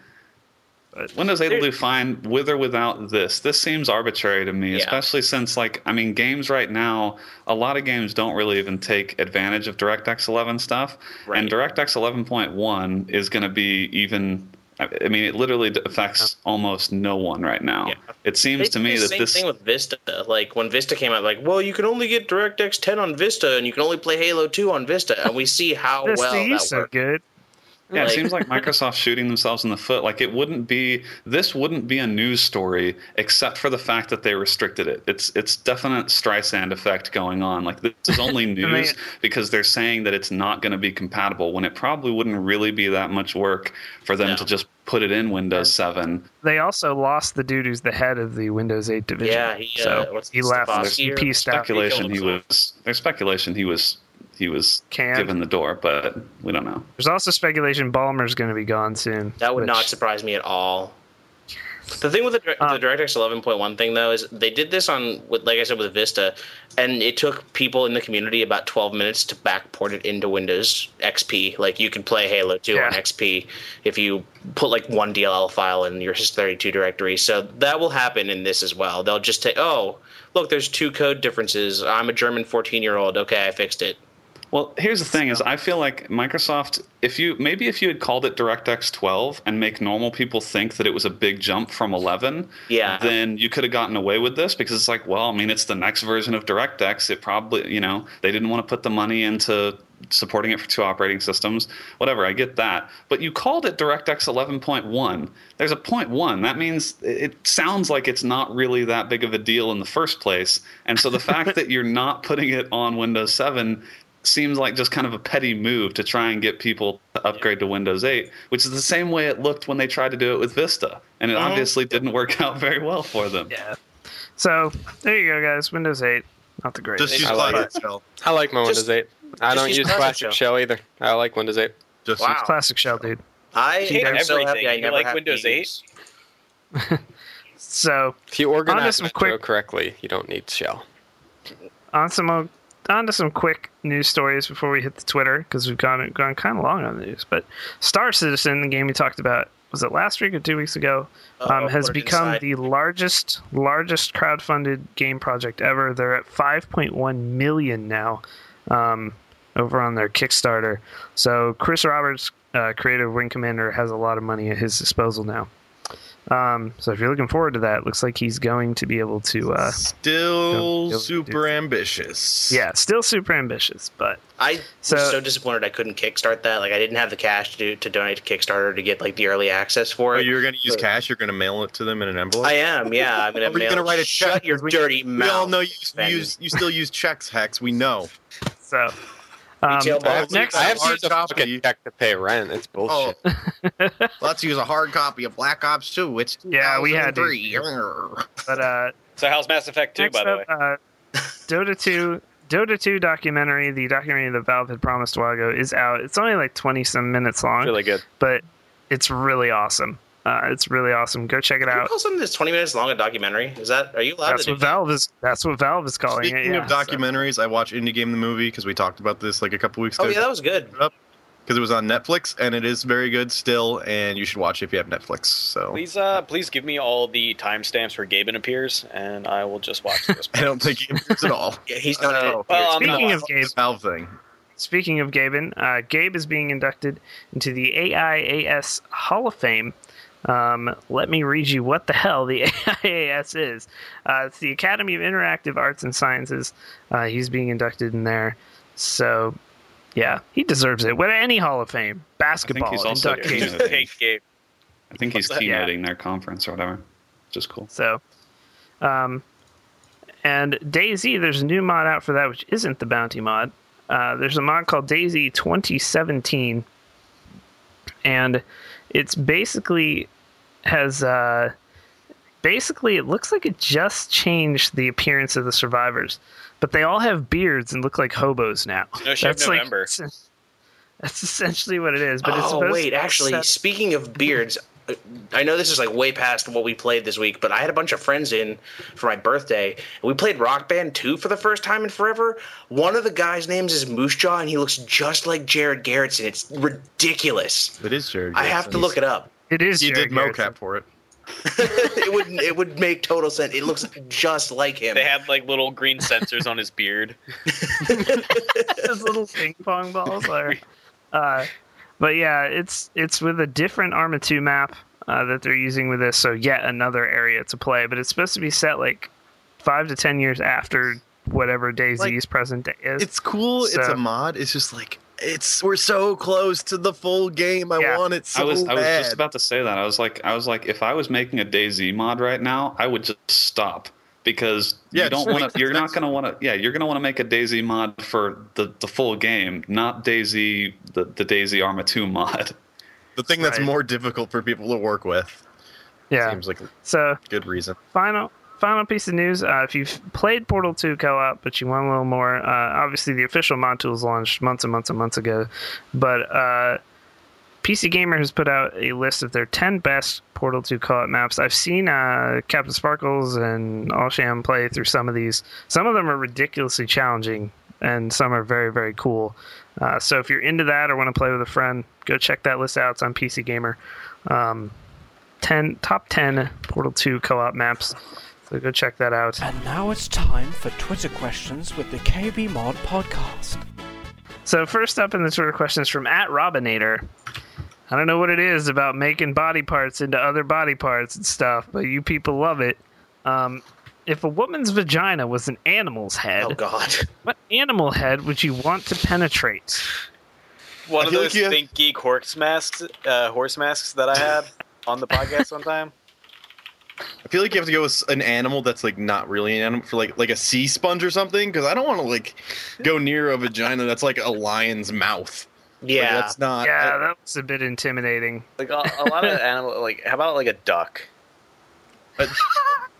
Windows 8 will do fine with or without this. This seems arbitrary to me, Yeah. especially since, like, I mean, games right now, a lot of games don't really even take advantage of DirectX 11 stuff. And DirectX 11.1 is going to be even. I I mean, it literally affects almost no one right now. Yeah. It They seems to did me the that same this thing with Vista. Like when Vista came out, like, well, you can only get DirectX 10 on Vista, and you can only play Halo 2 on Vista, and we see how this well to you that so worked. good Yeah, Like- it seems like Microsoft's shooting themselves in the foot. Like it wouldn't be this wouldn't be a news story except for the fact that they restricted it. It's it's definite Streisand effect going on. Like this is only news because they're saying that it's not going to be compatible when it probably wouldn't really be that much work for them No. to just put it in Windows 7. they also lost the dude who's the head of the windows 8 division Yeah, he, uh, so what's he his left boss he here? pieced out Speculation he was there's speculation he was he was Canned. given the door, but we don't know. there's also speculation ballmer's going to be gone soon That would which- not surprise me at all. The thing with the, dir- Um, Uh, the DirectX 11.1 thing though is they did this on with like I said with Vista, and it took people in the community about 12 minutes to backport it into Windows XP. Like you can play Halo 2 on Yeah. XP if you put like one DLL file in your sys32 directory. So that will happen in this as well. They'll just take oh look, there's two code differences. I'm a German 14 year old. Okay, I fixed it. Well, here's the thing: is I feel like Microsoft, if you maybe if you had called it DirectX 12 and make normal people think that it was a big jump from 11, Yeah. then you could have gotten away with this because it's like, well, I mean, it's the next version of DirectX. It probably, you know, they didn't want to put the money into supporting it for two operating systems. Whatever, I get that. But you called it DirectX 11.1. There's a point one. That means it it sounds like it's not really that big of a deal in the first place. And so the fact that you're not putting it on Windows 7 seems like just kind of a petty move to try and get people to upgrade to Windows 8, which is the same way it looked when they tried to do it with Vista, and it obviously didn't work out very well for them. So there you go, guys. Windows 8, not the greatest. Just use I like classic shell. I like my Just- Windows 8. I just don't use use, Classic Classic Shell. Shell either. I like Windows 8. Just Wow. use- Classic shell, dude. I hate am so happy everything. I You never like have to Windows 8? use- So If you organize some Metro quick- correctly, you don't need Shell. on some o- on to some quick news stories before we hit the Twitter because we've gone gone kind of long on the news. But Star Citizen, the game we talked about, was it last week or two weeks ago? Uh-oh, um, has put it become inside. the largest largest crowdfunded game project ever. They're at 5.1 million now um, over on their Kickstarter. So Chris Roberts, uh, creative wing commander, has a lot of money at his disposal now. Um, so if you're looking forward to that, it looks like he's going to be able to. Uh, Still Don't- don't super do- ambitious. yeah, still super ambitious, but I So- was so disappointed I couldn't kickstart that. Like I didn't have the cash to do, to donate to Kickstarter to get like the early access for Oh, it. you were gonna use cash. You're gonna mail it to them in an envelope. I am, yeah. I'm gonna. Are we mail- gonna write a check? Shut your dirty mouth. we all know you Ben. use you still use checks, Hex. We know. so. Um, Retail I have box. to, next- I have to Hard use a copy. fucking check to pay rent. It's Oh, bullshit. let's use a hard copy of Black Ops 2. It's Yeah, we had to. 2003. but uh, So how's Mass Effect 2, Next by the up, way? Uh, Dota 2, Dota 2 documentary, the documentary that Valve had promised a while ago, is out. It's only like 20 some minutes long, Really good. but it's really awesome. Uh, it's really awesome. Go check it Can you out. call something that's 20 minutes long a documentary? Is that are you allowed That's to do what Valve is. That's what Valve is calling it. Speaking Yeah, of so- documentaries, I watched Indie Game the movie because we talked about this like a couple weeks Oh ago. yeah, that was good. because it was on Netflix and it is very good still, and you should watch it if you have Netflix. So Please, uh, please give me all the timestamps where Gaben appears, and I will just watch this. I don't think it improves at all. Yeah, he's not. Oh. Uh, well, I'm Speaking not. of Gabe, It's a Valve thing. Speaking of Gaben, uh, Gabe is being inducted into the AIAS Hall of Fame. Um, let me read you what the hell the AIAS is. Uh, it's the Academy of Interactive Arts and Sciences. Uh, he's being inducted in there. So, yeah, he deserves it. What any Hall of Fame, basketball, he's also induct doing Gabe. it. Hey, Gabe. I think he's What's that? Yeah. keynoting their conference or whatever, which is cool. So, um, and Daisy, there's a new mod out for that, which isn't the bounty mod. Uh, there's a mod called Daisy 2017, and it's basically has uh, basically it looks like it just changed the appearance of the survivors, but they all have beards and look like hobos now. No shave like- November. that's essentially what it is. But it's Oh supposed wait, to actually, set- speaking of beards, I- I know this is like way past what we played this week, but I had a bunch of friends in for my birthday, and we played Rock Band 2 for the first time in forever. One of the guys' names is Moose Jaw, and he looks just like Jared Garrettson. It's ridiculous. It is Jared. I have to look it up. it is. He Jared did Garrison. mocap for it. it would it would make total sense. It looks just like him. They had like little green sensors on his beard. those little ping pong balls are. Uh, but yeah, it's it's with a different Arma 2 map uh, that they're using with this, so yet another area to play. But it's supposed to be set like five to ten years after whatever Daisy's present day is. It's cool. It's So- a mod. It's just like it's we're so close to the full game. I Yeah. want it so I was bad. I was just about to say that. I was like I was like if I was making a DayZ mod right now, I would just stop because Yeah, you don't just want wait to till you're not next going to want to yeah, you're going to want to make a DayZ mod for the the full game, not DayZ the the DayZ Arma 2 mod. the thing that's Right. more difficult for people to work with. yeah. Seems like a So good reason. final final piece of news uh, if you've played portal 2 co-op but you want a little more uh, obviously the official mod tools launched months and months and months ago but uh, pc gamer has put out a list of their 10 best portal 2 co-op maps i've seen uh, captain sparkles and allsham play through some of these some of them are ridiculously challenging and some are very very cool uh, so if you're into that or want to play with a friend go check that list out it's on pc gamer um, 10 top 10 portal 2 co-op maps so go check that out And now it's time for Twitter questions with the KB Mod Podcast. so first up in the twitter questions from at robinator i don't know what it is about making body parts into other body parts and stuff but you people love it um, if a woman's vagina was an animal's head oh god. what animal head would you want to penetrate One I of feel those like you have- stinky horse masks, uh, horse masks that I had on the podcast one time. I feel like you have to go with an animal that's like not really an animal for like like a sea sponge or something because I don't want to like go near a vagina that's like a lion's mouth. Like, Yeah. that's not. yeah that was a bit intimidating Like a, a lot of animal, like how about like a duck?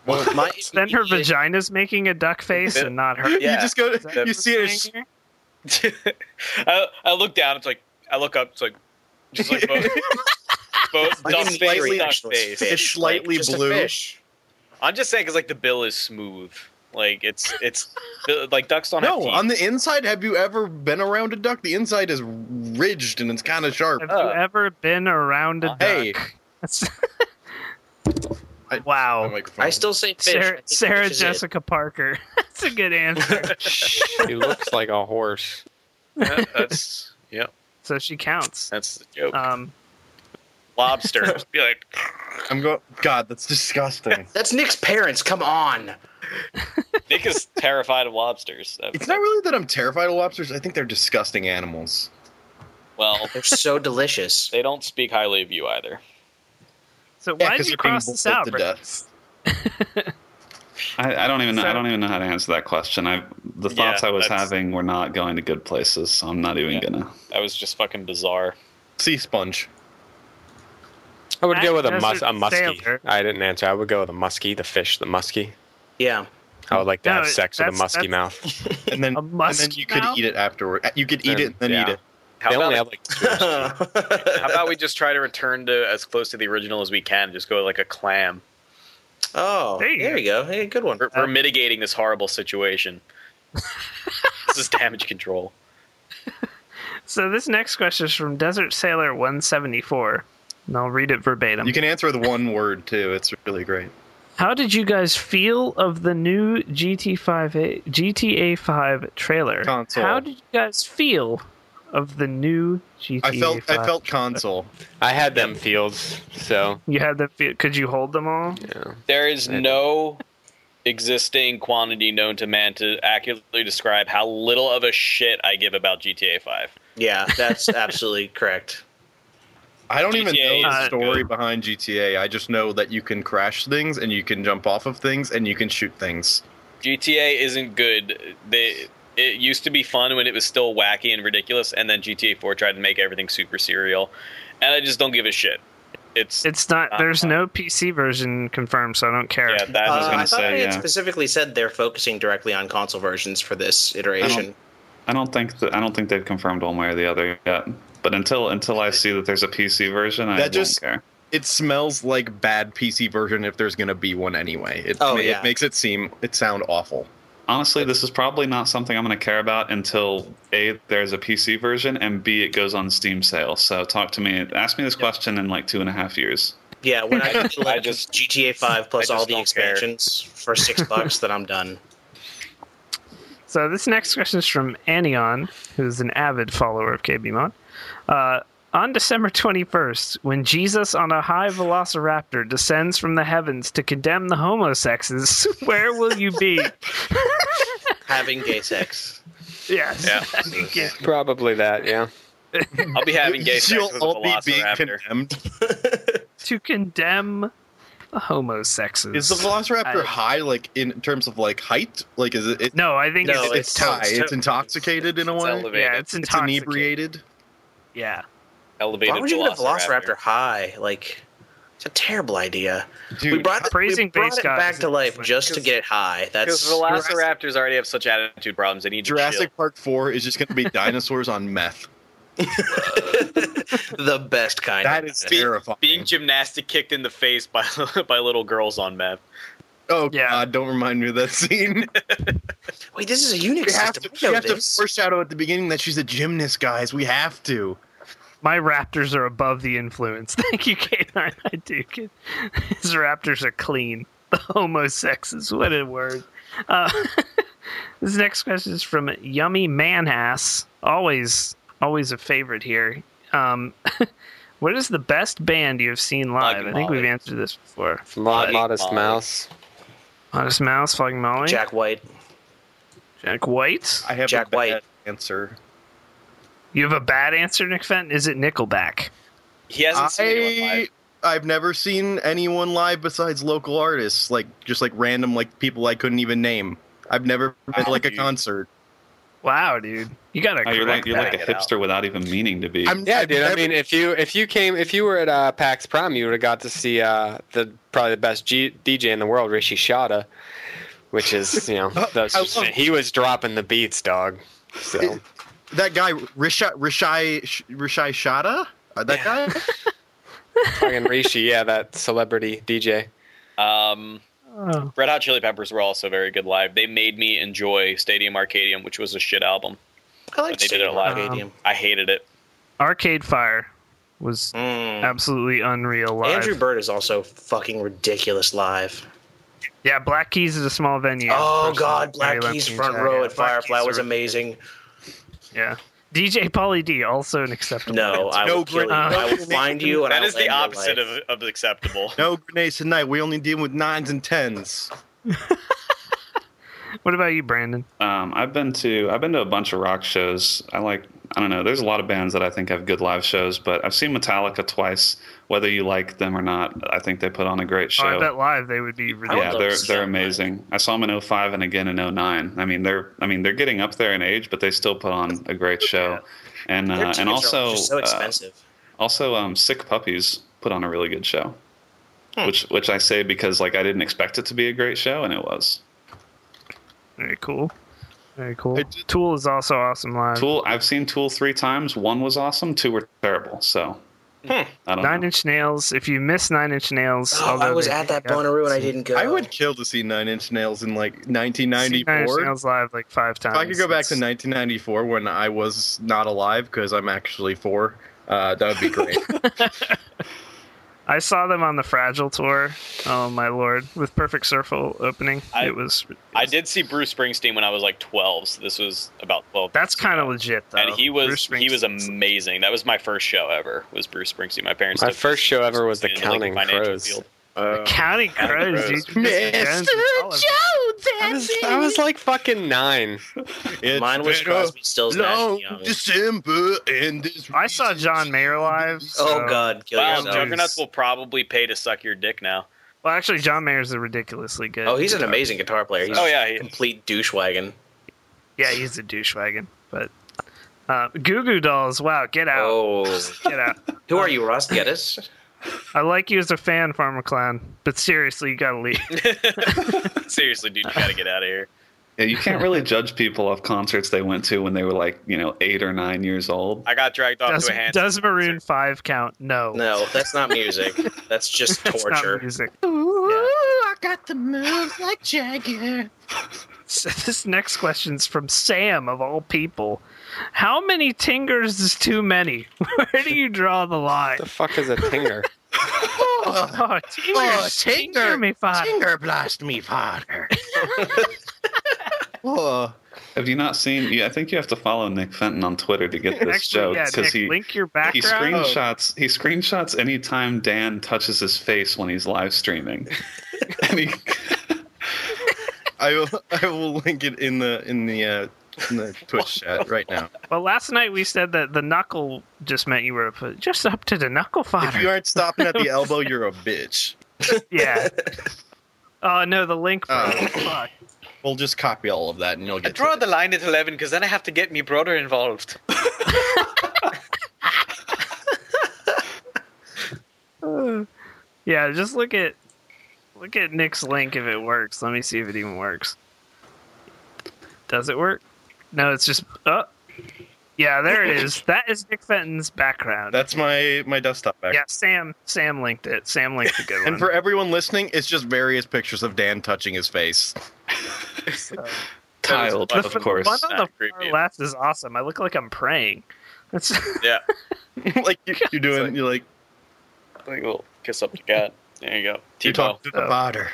Well, my, then her vagina's making a duck face and not her Yeah. You just go. Is that You see what's it. going here? I, I look down. It's like I look up. It's like just like both, both My duck slightly face, duck actual face. It's fish, slightly just a blue. fish. I'm just saying because like the bill is smooth. Like it's it's like ducks don't have No, teeth. on the inside, have you ever been around a duck? The inside is ridged and it's kind of sharp. Have Uh, you ever been around a duck? Hey. That's- I- My wow. microphone. I still say fish. I Sarah, think Sarah fish is it. Jessica Parker. That's a good answer. He looks like a horse. Yeah, that's yeah, so she counts. that's the joke. Uh. Um, Lobster. Just Be like I'm going. God, that's disgusting. That's Nick's parents. Come on. Nick is terrified of lobsters. it's not really that I'm terrified of lobsters. I think they're disgusting animals. Well, They're so delicious. they don't speak highly of you either. so Yeah, why 'cause did you they're being cross this boiled out? to Brett? death. I, I don't even know, So- I don't even know how to answer that question. I the Yeah, thoughts I was that's- having were not going to good places, so I'm not even Yeah. gonna. That was just fucking bizarre. Sea sponge. I would go with a Desert mus a sailor. muskie. I didn't answer. I would go with a muskie, the fish, the muskie. Yeah. I would like to No, have sex with a that's- that's- muskie mouth. and then A and then musk you could mouth? eat it afterward. Uh, You could eat Then- it and then yeah. eat it. How they about only it- have like two. or something. How about we just try to return to as close to the original as we can? Just go like a clam. oh, There there you you, go. go. Hey, good one. We're, Uh. we're mitigating this horrible situation. this is damage control. So this next question is from Desert Sailor 174, and I'll read it verbatim. You can answer with one word too. It's really great. How did you guys feel of the new GT5 GTA 5 trailer? Console. How did you guys feel of the new GTA? I felt 5? I felt console. I had them fields, so you had the feel. Could you hold them all? There is no existing quantity known to man to accurately describe how little of a shit I give about GTA 5. Yeah, that's absolutely correct. I don't even GTA know the is story behind GTA. I just know that you can crash things and you can jump off of things and you can shoot things. GTA isn't good. They it used to be fun when it was still wacky and ridiculous, and then GTA 4 tried to make everything super serial, and I just don't give a shit. It's, It's not. Uh, There's no PC version confirmed, so I don't care. yeah, that's I was Uh, gonna I thought say, they had yeah. specifically said they're focusing directly on console versions for this iteration. I don't think that I don't think they've confirmed one way or the other yet. But until until I see that there's a PC version, I That don't just- care. It smells like bad PC version if there's going to be one anyway. It, Oh, ma- yeah. it makes it seem it sound awful. Honestly, this is probably not something I'm going to care about until a there's a PC version and b it goes on Steam sale. So talk to me, ask me this question in like two and a half years. Yeah, when I, get like just- GTA Five plus I just all the don't care. expansions for six bucks, then I'm done. So this next question is from Anion, who's an avid follower of KBMod. Uh, on December 21st, when Jesus on a high velociraptor descends from the heavens to condemn the homosexes, where will you be? Having gay sex. yes. Yeah. I think it- probably that. Yeah. I'll be having gay sex You'll with a all be being velociraptor. condemned. to condemn the homosexes. Is the Velociraptor I- high, like in terms of like height? Like is it? it No, I think No, it's, it's, it's, high. it's It's, toast. intoxicated in a It's way. elevated. yeah, it's It's intoxicated. inebriated. Yeah. Elevated Why would you get a velociraptor. Velociraptor high? Like, it's a terrible idea. Dude, we brought, praising we brought base it gods back is to life excellent. just to get it high. Because That's velociraptors already have such attitude problems. They need to Jurassic Park Four is just going to be dinosaurs on meth. the best kind. That of is medicine. chill. terrifying. being gymnastic kicked in the face by by little girls on meth. oh Yeah. god, don't remind me of that scene. Wait, this is a Unix We have system. to, I we know have to this. foreshadow at the beginning that she's a gymnast, guys. We have to. My raptors are above the influence. Thank you, K9. I do. get- His raptors are clean. The homosexes. What a word. Uh, this next question is from Yummy Manass. Always, always a favorite here. Um, what is the best band you have seen live? I think Molly. we've answered this before. Mod, Like, modest uh, mouse. Honest Mouse, Flogging Molly, Jack White. Jack White. I have Jack a bad White. answer. You have a bad answer, Nick Fenton. Is it Nickelback? He hasn't seen anyone I live. I've never seen anyone live besides local artists, like just like random like people I couldn't even name. I've never been to, like a Ouchie. concert. Wow, dude, you gotta. Oh, you're like correct you're like a Back it hipster without even meaning to be. I'm, Yeah, I've dude. I never- mean, if you if you came if you were at uh, PAX Prime, you would have got to see uh, the probably the best G- DJ in the world, Rishi Shada, which is you know that's Oh, I just- love- he was dropping the beats, dog. So that guy Rishai Rishai Rishai Shada. Uh, that guy. fucking Rishi, yeah, that celebrity DJ. Um, Oh. Red Hot Chili Peppers were also very good live. They made me enjoy Stadium Arcadium, which was a shit album. I like They did it Stadium live. Um, Arcadium. I hated it. Arcade Fire was Mm. absolutely unreal live. Andrew Bird is also fucking ridiculous live. yeah, Black Keys is a small venue. oh Personally, god, very Black left Keys hand front side. row Yeah, at Black Firefly Keys was are- amazing. Yeah, DJ Pauly D also an acceptable. No, Uh, I No will kill great- you. I will no find you. And That I is will the end your opposite life. of, of acceptable. No grenades tonight. We only deal with nines and tens. answer. What about you, Brandon? Um, I've been to I've been to a bunch of rock shows. I like I don't know. There's a lot of bands that I think have good live shows, but I've seen Metallica twice. Whether you like them or not, I think they put on a great show. Oh, I bet live they would be ridiculous. yeah, love they're to see they're them live. amazing. I saw them in 05 and again in 09. I mean, they're I mean they're getting up there in age, but they still put on a great show. And Their uh, tickets and are also just so uh, expensive. also, um, Sick Puppies put on a really good show, Hmm. which which I say because like I didn't expect it to be a great show, and it was. Very cool. Very cool. I did- Tool is also awesome live. Tool. I've seen Tool three times. One was awesome. Two were terrible. So I don't Nine know. Inch Nails. If you miss Nine Inch Nails, Oh, I although was they- at that yeah, Bonnaroo and I didn't go. I would kill to see Nine Inch Nails in like seen Nine Inch 1994. Nails live like five times. If I could go back to It's- 1994 when I was not alive because I'm actually four, uh, that would be great. I saw them on the Fragile tour. Oh my lord! With Perfect Circle opening, I- it was. I did see Bruce Springsteen when I was like 12. So this was about 12. That's kind of legit though. and he was uh, Bruce he was Springsteen's- amazing. That was my first show ever. Was Bruce Springsteen? My parents. My took me first to show Bruce ever was The Springsteen in, Counting the financial Crows. field. County Crows, Crows. dude. Jones and Oliver. I was, I was like fucking nine. It's Mine was been a Crosby, Stills, Long Nash, Young. December and this. I saw John Mayer live. Oh so- God, kill Wow, Yeah, that yourself. Juggernauts was- will probably pay to suck your dick now. Well, actually, John Mayer's a ridiculously good. Oh, he's an guitar- amazing guitar player. He's Oh, yeah, a he is. complete douche wagon. Yeah, he's a douchewagon. But uh, Goo Goo Dolls, wow, get out, Oh, get out. who are you, Ross Geddes? I like you as a fan, Farmer Clown, but seriously, you gotta leave. Seriously, dude, you gotta get out of here. Yeah, you can't really judge people off concerts they went to when they were like you know eight or nine years old. I got dragged off does, to a hand. does Maroon Five count? No, No, that's not music. That's just That's not torture. music. I got the moves like Jagger. So this next question's from Sam of all people. How many tingers is too many? Where do you draw the line? The fuck is a tinger? Oh, tingers, tinger me five. Tinger blast me, father. oh, Have you not seen? Yeah, I think you have to follow Nick Fenton on Twitter to get this Actually, joke yeah, Nick, he link your he background. screenshots he screenshots anytime Dan touches his face when he's live streaming. and he, I will. I will link it in the in the uh, in the Twitch chat right now. Well, last night we said that the knuckle just meant you were up- just up to the knuckle If you fodder. aren't stopping at the elbow, you're a bitch. Yeah. Oh no, the link. Oh. broke. Fuck. We'll just copy all of that and you'll I get. to draw it. the line at 11 because then I have to get me brother involved. Yeah, just look at look at Nick's link if it works. Let me see if it even works. Does it work? No, it's just oh. Yeah, there it is. That is Nick Fenton's background. That's my my desktop back. yeah, Sam Sam linked it. Sam linked the good one. And for everyone listening, it's just various pictures of Dan touching his face. tiled, the of f- course. one uh, on the Creepy. far left is awesome. I look like I'm praying. That's Yeah. like you, you're doing, you're like We'll kiss up to God. There you go. you're T-Bone. talking to the father.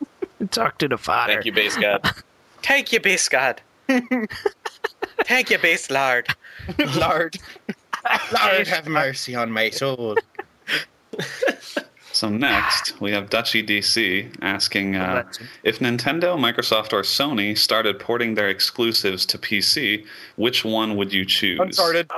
uh, talk to the father. Thank you, base God. Thank you, base God. Thank you, base lard. Lord, Lord, have mercy on my soul. So next, we have Dutchy DC asking uh, Legend. if Nintendo, Microsoft, or Sony started porting their exclusives to PC, which one would you choose? Uncharted,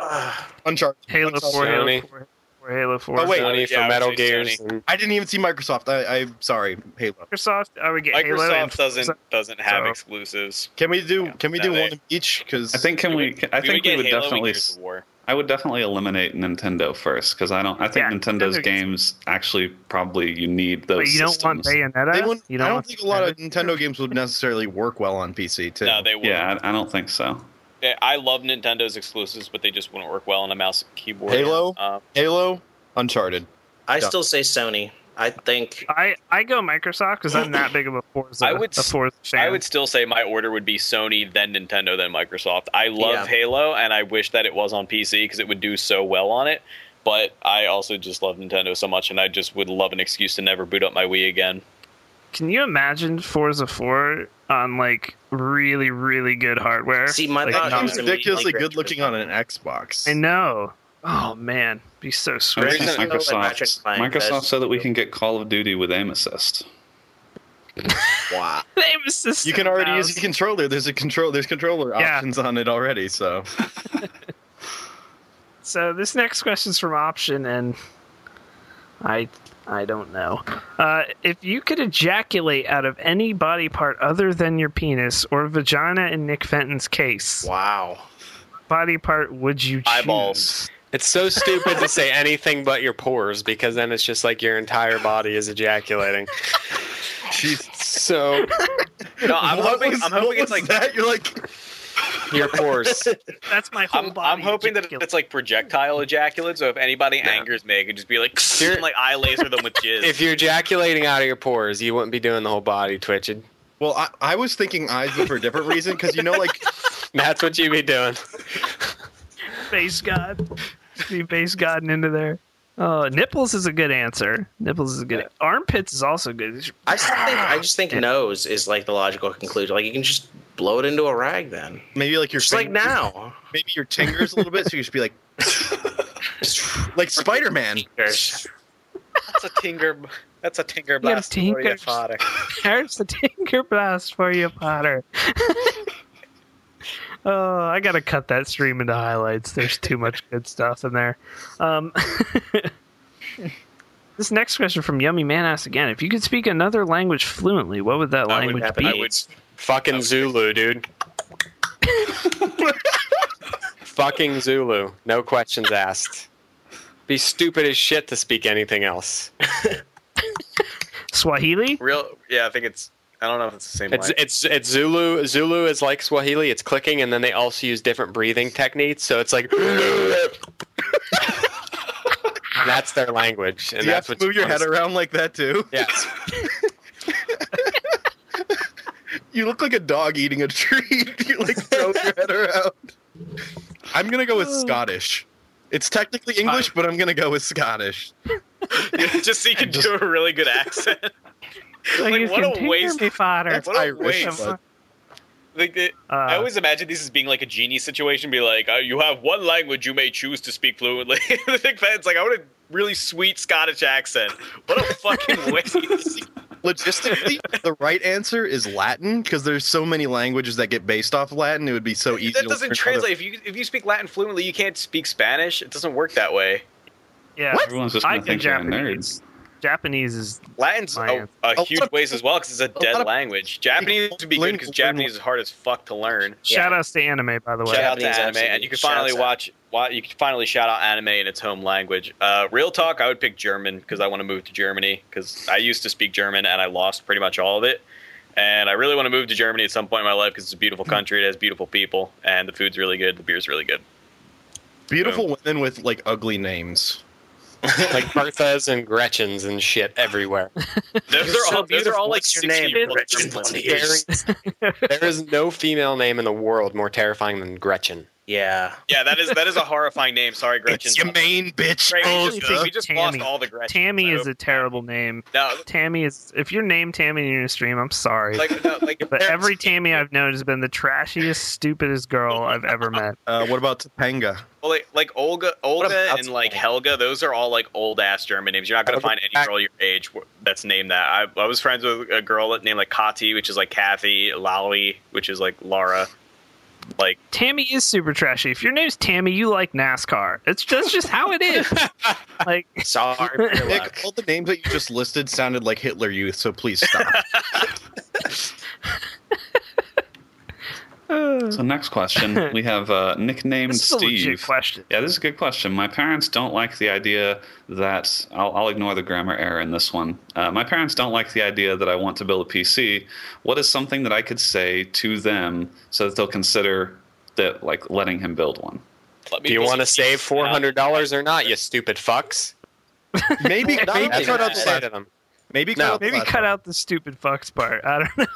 Uncharted, Halo Uncharted. 4, Halo Sony. 4, for Halo 4. Oh Sony wait, yeah, I for would Metal say Gears. Sony. And I didn't even see Microsoft. I, I'm sorry, Halo. Microsoft, I would get Halo. and Microsoft doesn't doesn't have so- exclusives. Can we do? Can we do No, they- one of each? Because I think can we? I think we get would Halo and definitely. Gears of War. I would definitely eliminate Nintendo first because I don't. I think Yeah, Nintendo Nintendo's gets- games actually probably you need those. But you don't want systems. Bayonetta? they wouldn't, you I don't want think a lot of Bayonetta? Nintendo games would necessarily work well on PC too. No, they would. Yeah, I, I don't think so. I love Nintendo's exclusives, but they just wouldn't work well on a mouse and keyboard. Halo? Um, Halo, Uncharted. I still say Sony. I think I, I go Microsoft because I'm that big of a Forza, I would a s- Forza fan. I would still say my order would be Sony, then Nintendo, then Microsoft. I love Yeah. Halo, and I wish that it was on PC because it would do so well on it. But I also just love Nintendo so much, and I just would love an excuse to never boot up my Wii again. Can you imagine Forza 4 on like really, really good hardware? See, my like, thought not- That was- game's no, ridiculously like- good looking on an Xbox. I know. Oh man, be so I would sweet. say Reason- Microsoft, Fine, that's- Microsoft, so that we can get Call of Duty with aim assist. wow. They was just You can already use a 10,000. controller. There's a control. There's controller Yeah. options on it already. So So this next question's from Option, and I I don't know. Uh, if you could ejaculate out of any body part other than your penis or vagina, in Nick Fenton's case, Wow. body part would you choose? Eyeballs. it's so stupid to say anything but your pores because then it's just like your entire body is ejaculating. Jesus. So No, I'm What hoping. was- I'm what hoping it's was like that. You're like Your pores. That's my whole I'm, body. I'm hoping that ejaculate. it's like projectile ejaculate. So if anybody angers me, I can just be like, and, like I laser them with jizz. if you're ejaculating out of your pores, you wouldn't be doing the whole body twitching. Well, I, I was thinking eyes but for a different reason because you know, like That's what you'd be doing. Base god. Be base gotten into there. Oh, nipples is a good answer. Nipples is a good. Armpits is also good. I just think, I just think nose is like the logical conclusion. Like you can just blow it into a rag then. maybe like your Just like fingers- now. maybe your tingers a little bit, so you should be like, like Spider Man. that's a tinger, that's a tinger Yeah, blast. for you, tinkers. Fodder. There's the tinker blast for you, Potter. oh, I gotta cut that stream into highlights. There's too much good stuff in there. Um, this next question from Yummy Man asks again: If you could speak another language fluently, what would that I would- language be? I would- Fucking Zulu, dude. Fucking Zulu. No questions asked. Be stupid as shit to speak anything else. Swahili. Real, yeah, I think it's. I don't know if it's the same. It's language. it's it's Zulu. Zulu is like Swahili. It's clicking, and then they also use different breathing techniques. So it's like that's their language, and Do you that's have to what move your head wanna- around like that too? Yes. You look like a dog eating a treat. you like throw your head around. I'm gonna go with Scottish. It's technically English, but I'm gonna go with Scottish. just so you can do a really good accent. Like, Like, you what can a tinker waste- me, Potter. That's What a Irish. waste. but- Like the, Uh, I always imagine this as being like a genie situation. Be like, uh, you have one language you may choose to speak fluently. the big fan's like, I want a really sweet Scottish accent. What a fucking waste. Logistically, the right answer is Latin because there's so many languages that get based off Latin. It would be so easy. that to doesn't learn other- translate. If you if you speak Latin fluently, you can't speak Spanish. It doesn't work that way. yeah, Everyone's just I gonna can think you're a nerd. Japanese. Japanese is Latin's I a, am. a lot huge of waste as well because it's a dead lot of- language. Japanese would be good because Learn- Japanese is hard as fuck to learn. shout outs to anime, by the way. Shout out to Japanese anime, absolutely and you can shouts finally out. watch. wa- You can finally shout out anime in its home language. Uh, real talk, I would pick German because I want to move to Germany because I used to speak German and I lost pretty much all of it. And I really want to move to Germany at some point in my life because it's a beautiful country. It has beautiful people, and the food's really good. The beer's really good. Beautiful women with like ugly names. like Bertha's and Gretchen's and shit everywhere. Those are all. Those are all like What's your name? 60-year-old Richard Germans. Moneyers. There is no female name in the world more terrifying than Gretchen. Yeah. Yeah, that is that is a horrifying name. Sorry, Gretchen. It's your main bitch. Great, we just, Olga. we just Tammy. lost all the Gretchen. Tammy is a terrible name. no, Tammy is. If you're named Tammy in your stream, I'm sorry. like no, like But every Tammy I've known has been the trashiest, stupidest girl I've ever met. Uh, what about Topanga? Well, like, like Olga, Olga, and like Helga, those are all like old ass German names. You're not gonna Helga. find any girl your age wh- that's named that. I, I was friends with a girl that named like Kati, which is like Kathy, Lolly, which is like Laura. Like, Tammy is super trashy. If your name's Tammy, you like NASCAR. It's just, that's just how it is. Like, Sorry. for your luck. Nick, all the names that you just listed sounded like Hitler Youth, so please stop. So next question, we have uh, nicknamed this is a legit Steve. question. Yeah, this is a good question. My parents don't like the idea that I'll, I'll ignore the grammar error in this one. Uh, my parents don't like the idea that I want to build a PC. What is something that I could say to them so that they'll consider that like letting him build one? let me Do you just- want to save four hundred dollars or not, you stupid fucks? Maybe maybe that's cut out bad. the Say last. to them. Maybe cut No. out the Maybe last cut out the stupid fucks part. I don't know.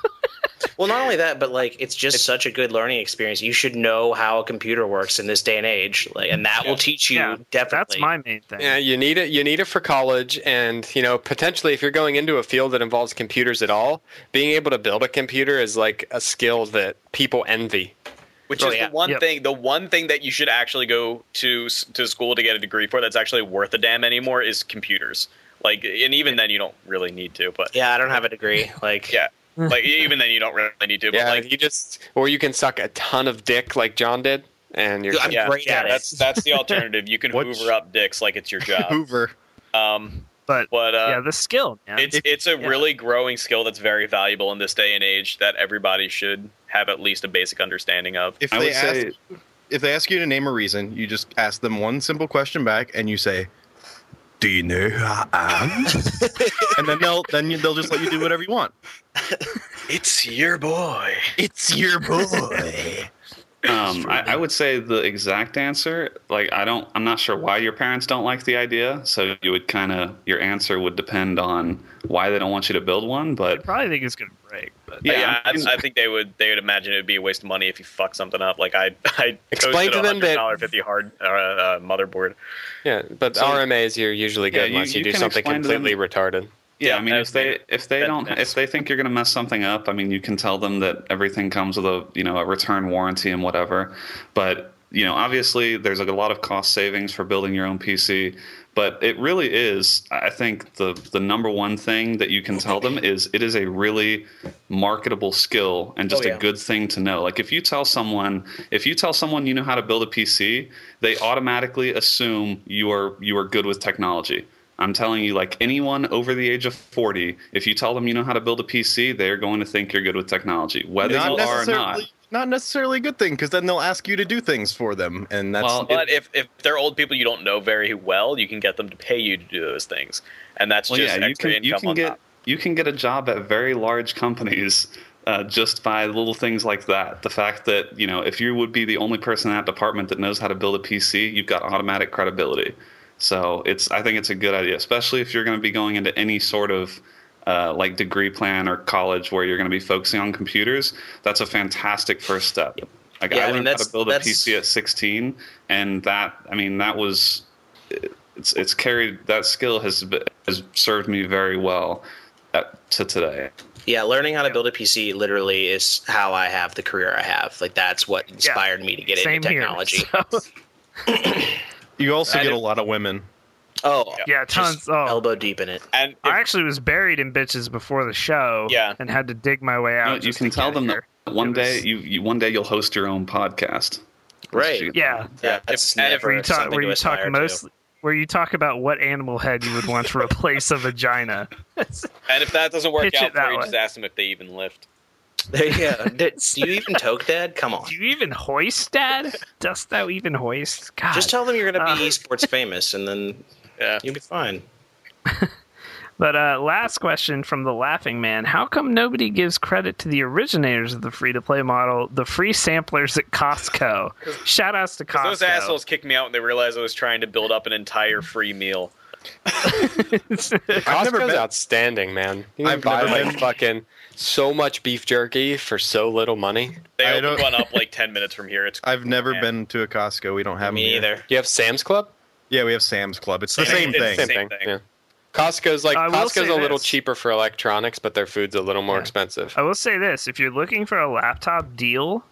Well, not only that, but like it's just such a good learning experience. You should know how a computer works in this day and age, like, and that will teach you Yeah, definitely. That's my main thing. Yeah, you need it. You need it for college, and you know potentially if you're going into a field that involves computers at all, being able to build a computer is like a skill that people envy. Which Oh, is yeah. the one Yep. thing, the one thing that you should actually go to s- to school to get a degree for that's actually worth a damn anymore is computers. Like, and even then you don't really need to, but Yeah, I don't have a degree. Like, yeah, like even then you don't really need to. But Yeah, like, you just or you can suck a ton of dick like John did, and you're. Dude, I'm yeah, great yeah, at it. that's that's the alternative. You can What's- hoover up dicks like it's your one. job. Hoover. Um, But but yeah, uh, the skill. Man. it's it's a yeah. really growing skill that's very valuable in this day and age that everybody should have at least a basic understanding of. If I they would ask, say if they ask you to name a reason, you just ask them one simple question back, and you say, "Do you know who I am?" and then they'll then you- they'll just let you do whatever you want. It's your boy. It's your boy. Um, I, I would say the exact answer, like I don't, I'm not sure why your parents don't like the idea. So you would kind of your answer would depend on why they don't want you to build one. But Probably think it's gonna break, but yeah, Yeah, I I, mean- I think they would. They would imagine it would be a waste of money if you fuck something up. Like I, I Explain to them that- dollar fifty hard uh, uh, motherboard. Yeah, but So- RMAs you're usually good Yeah, you- unless you, you do can something explain to them- completely retarded. yeah, Yeah, I mean, that if was they if they that- don't that's- if they think you're gonna mess something up, I mean, you can tell them that everything comes with a you know a return warranty and whatever. But you know, obviously, there's like a lot of cost savings for building your own PC. But it really is, I think the the number one thing that you can tell them is it is a really marketable skill and just Oh, yeah. a good thing to know. Like if you tell someone if you tell someone you know how to build a PC, they automatically assume you are you are good with technology. I'm telling you, like anyone over the age of 40, if you tell them you know how to build a PC, they're going to think you're good with technology, whether Not you are or not. necessarily, not necessarily a good thing because then they'll ask you to do things for them, and that's Well, But if, if they're old people you don't know very well, you can get them to pay you to do those things, and that's Well, just yeah, you extra can you income can on get top. you can get a job at very large companies uh, just by little things like that. The fact that you know if you would be the only person in that department that knows how to build a PC, you've got automatic credibility. So it's I think it's a good idea, especially if you're going to be going into any sort of uh, like degree plan or college where you're going to be focusing on computers. That's a fantastic first step. Like Yeah, I I mean, learned how that's- to build a that's- PC at 16, and that I mean that was it's it's carried that skill has be- has served me very well uh to today. Yeah, learning how to build a PC literally is how I have the career I have. Like that's what inspired me to get same into here. technology. So, you also I get a did- lot of women. Oh, yeah, just tons. Oh, elbow deep in it. And if- I actually was buried in bitches before the show. Yeah. and had to dig my way You, know, out. you just can to tell get them here. that one It day was- you, you one day you'll host your own podcast. Right. Yeah, Yeah, That's if- and if never we where you talk something where to you aspire talk to. mostly where you talk about what animal head you would want to replace a vagina. and if that doesn't work Pitch it out for that you, way. just ask them if they even lift. yeah. Did, do you even toke dad? Come on. Do you even hoist, Dad? Dost thou even hoist? God. Just tell them you're going to be Uh. esports famous, and then Yeah. you'll be fine. But uh, last question from the Laughing Man: How come nobody gives credit to the originators of the free-to-play model, the free samplers at Costco? Shout outs to Costco. Those assholes kicked me out when they realized I was trying to build up an entire free meal. I've Costco's never been- outstanding, man. You can I've buy never like been- fucking so much beef jerky for so little money. They I opened don't- one up like ten minutes from here. It's I've never Yeah. been to a Costco. We don't have them Me here. either. You have Sam's Club. Yeah, we have Sam's Club. It's the Same- same it's thing. the same thing. Yeah. Costco's like I will Costco's say a little this. cheaper for electronics, but their food's a little more Yeah. expensive. I will say this: if you're looking for a laptop deal,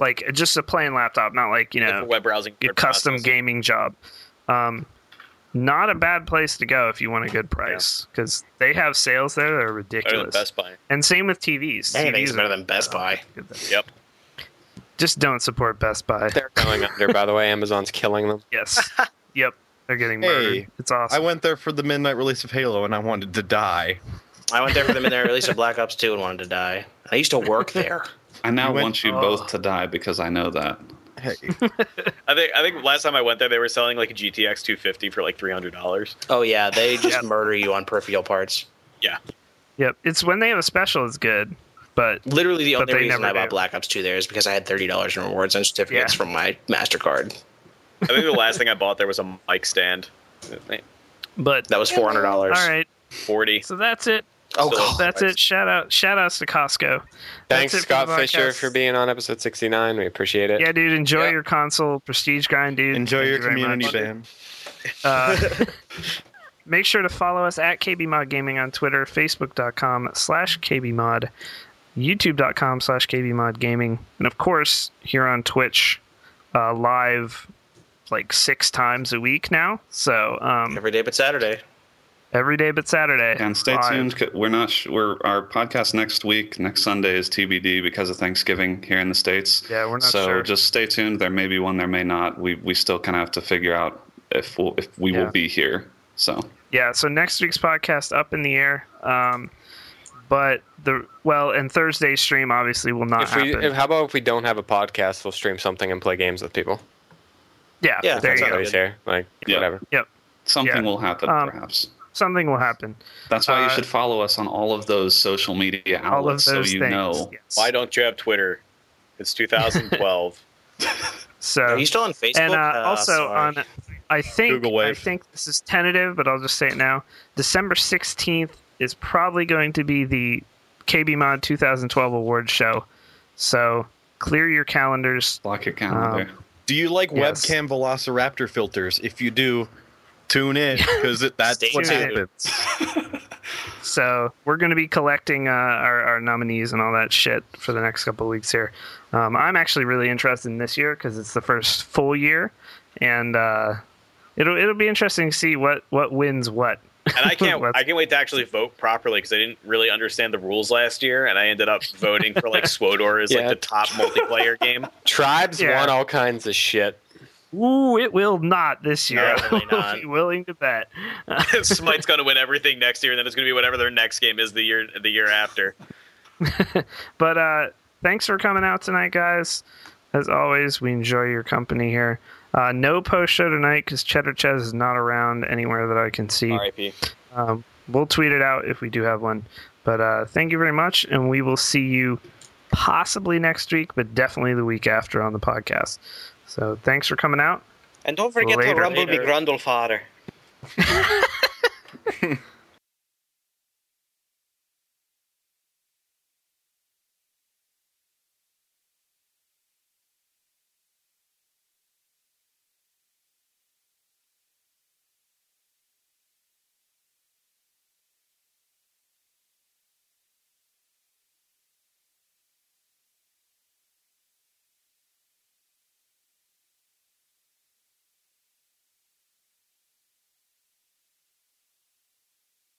like just a plain laptop, not like you like for know web browsing. your for custom processing. gaming job, um, not a bad place to go if you want a good price because they have sales there that are Better than ridiculous. Best Buy. And same with TVs. Anything's TVs better are- than Best Buy. Yep. Just don't support Best Buy. They're going under, by the way. Amazon's killing them. Yes. yep. They're getting Hey, murdered. It's awesome. I went there for the midnight release of Halo, and I wanted to die. I went there for them in their release of Black Ops 2 and wanted to die. I used to work there. I now You went- want you Oh. both to die because I know that. Hey, I think I think last time I went there, they were selling like a GTX 250 for like three hundred dollars. Oh yeah, they just Yep. murder you on peripheral parts. Yep. It's when they have a special it's good, but Literally, the But only they reason never I bought do. Black Ops 2 there is because I had thirty dollars in rewards and certificates Yeah. from my Mastercard. I think the last thing I bought there was a mic stand. but That was four hundred all dollars. right. Forty. So that's it. Oh So- god, That's it. Shout out shout outs to Costco. Thanks, it for Scott the Fisher, podcast. for being on episode 69. We appreciate it. Yeah, dude, enjoy Yeah. your console prestige grind, dude. enjoy Thank your you very community, much. Ben. Uh, make sure to follow us at KBMod Gaming on Twitter, Facebook.com slash KBMod, YouTube.com slash KBMod Gaming, and of course, here on Twitch, uh, live like six times a week now. So um, every day but Saturday. every day but Saturday. And stay live. tuned. 'cause We're not. Sh- we're our podcast next week. Next Sunday is TBD because of Thanksgiving here in the states. Yeah, we're not so sure. just stay tuned. There may be one. There may not. We we still kind of have to figure out if we'll, if we Yeah. will be here. So Yeah, so next week's podcast up in the air. Um, but the well, and Thursday's stream obviously will not If we, happen. if, how about if we don't have a podcast, we'll stream something and play games with people. yeah, Yeah, there That's you go. always here. Like Yeah. whatever. Yep, something Yeah. will happen Um, perhaps. something will happen. That's why Uh, you should follow us on all of those social media All of outlets those so you things. know. yes. Why don't you have Twitter? It's 2012. So Are you still on Facebook? and uh, Uh, also sorry. on, I think Google Wave. I think this is tentative, but I'll just say it now. December sixteenth is probably going to be the KB Mod 2012 awards show. So clear your calendars. Block your Um, calendar. Do you like Yes. webcam Velociraptor filters? If you do, tune in because that's Stay what's tuned. happening. So we're going to be collecting uh, our, our nominees and all that shit for the next couple of weeks here. Um, I'm actually really interested in this year because it's the first full year, and uh, it'll it'll be interesting to see what what wins what. And I can't Let's- I can't wait to actually vote properly because I didn't really understand the rules last year, and I ended up voting for like Swodor as Yeah. like the top multiplayer game. Tribes Yeah. want all kinds of shit. Ooh, it will not this year. Probably I will be not. willing to bet. Smite's going to win everything next year, and then it's going to be whatever their next game is the year the year after. But uh, thanks for coming out tonight, guys. As always, we enjoy your company here. Uh, no post show tonight because Cheddar Ches is not around anywhere that I can see. R.I.P. Um, we'll tweet it out if we do have one. But uh, thank you very much, and we will see you possibly next week, but definitely the week after on the podcast. So thanks for coming out. And don't forget Later. to rumble Later. be Grundle father.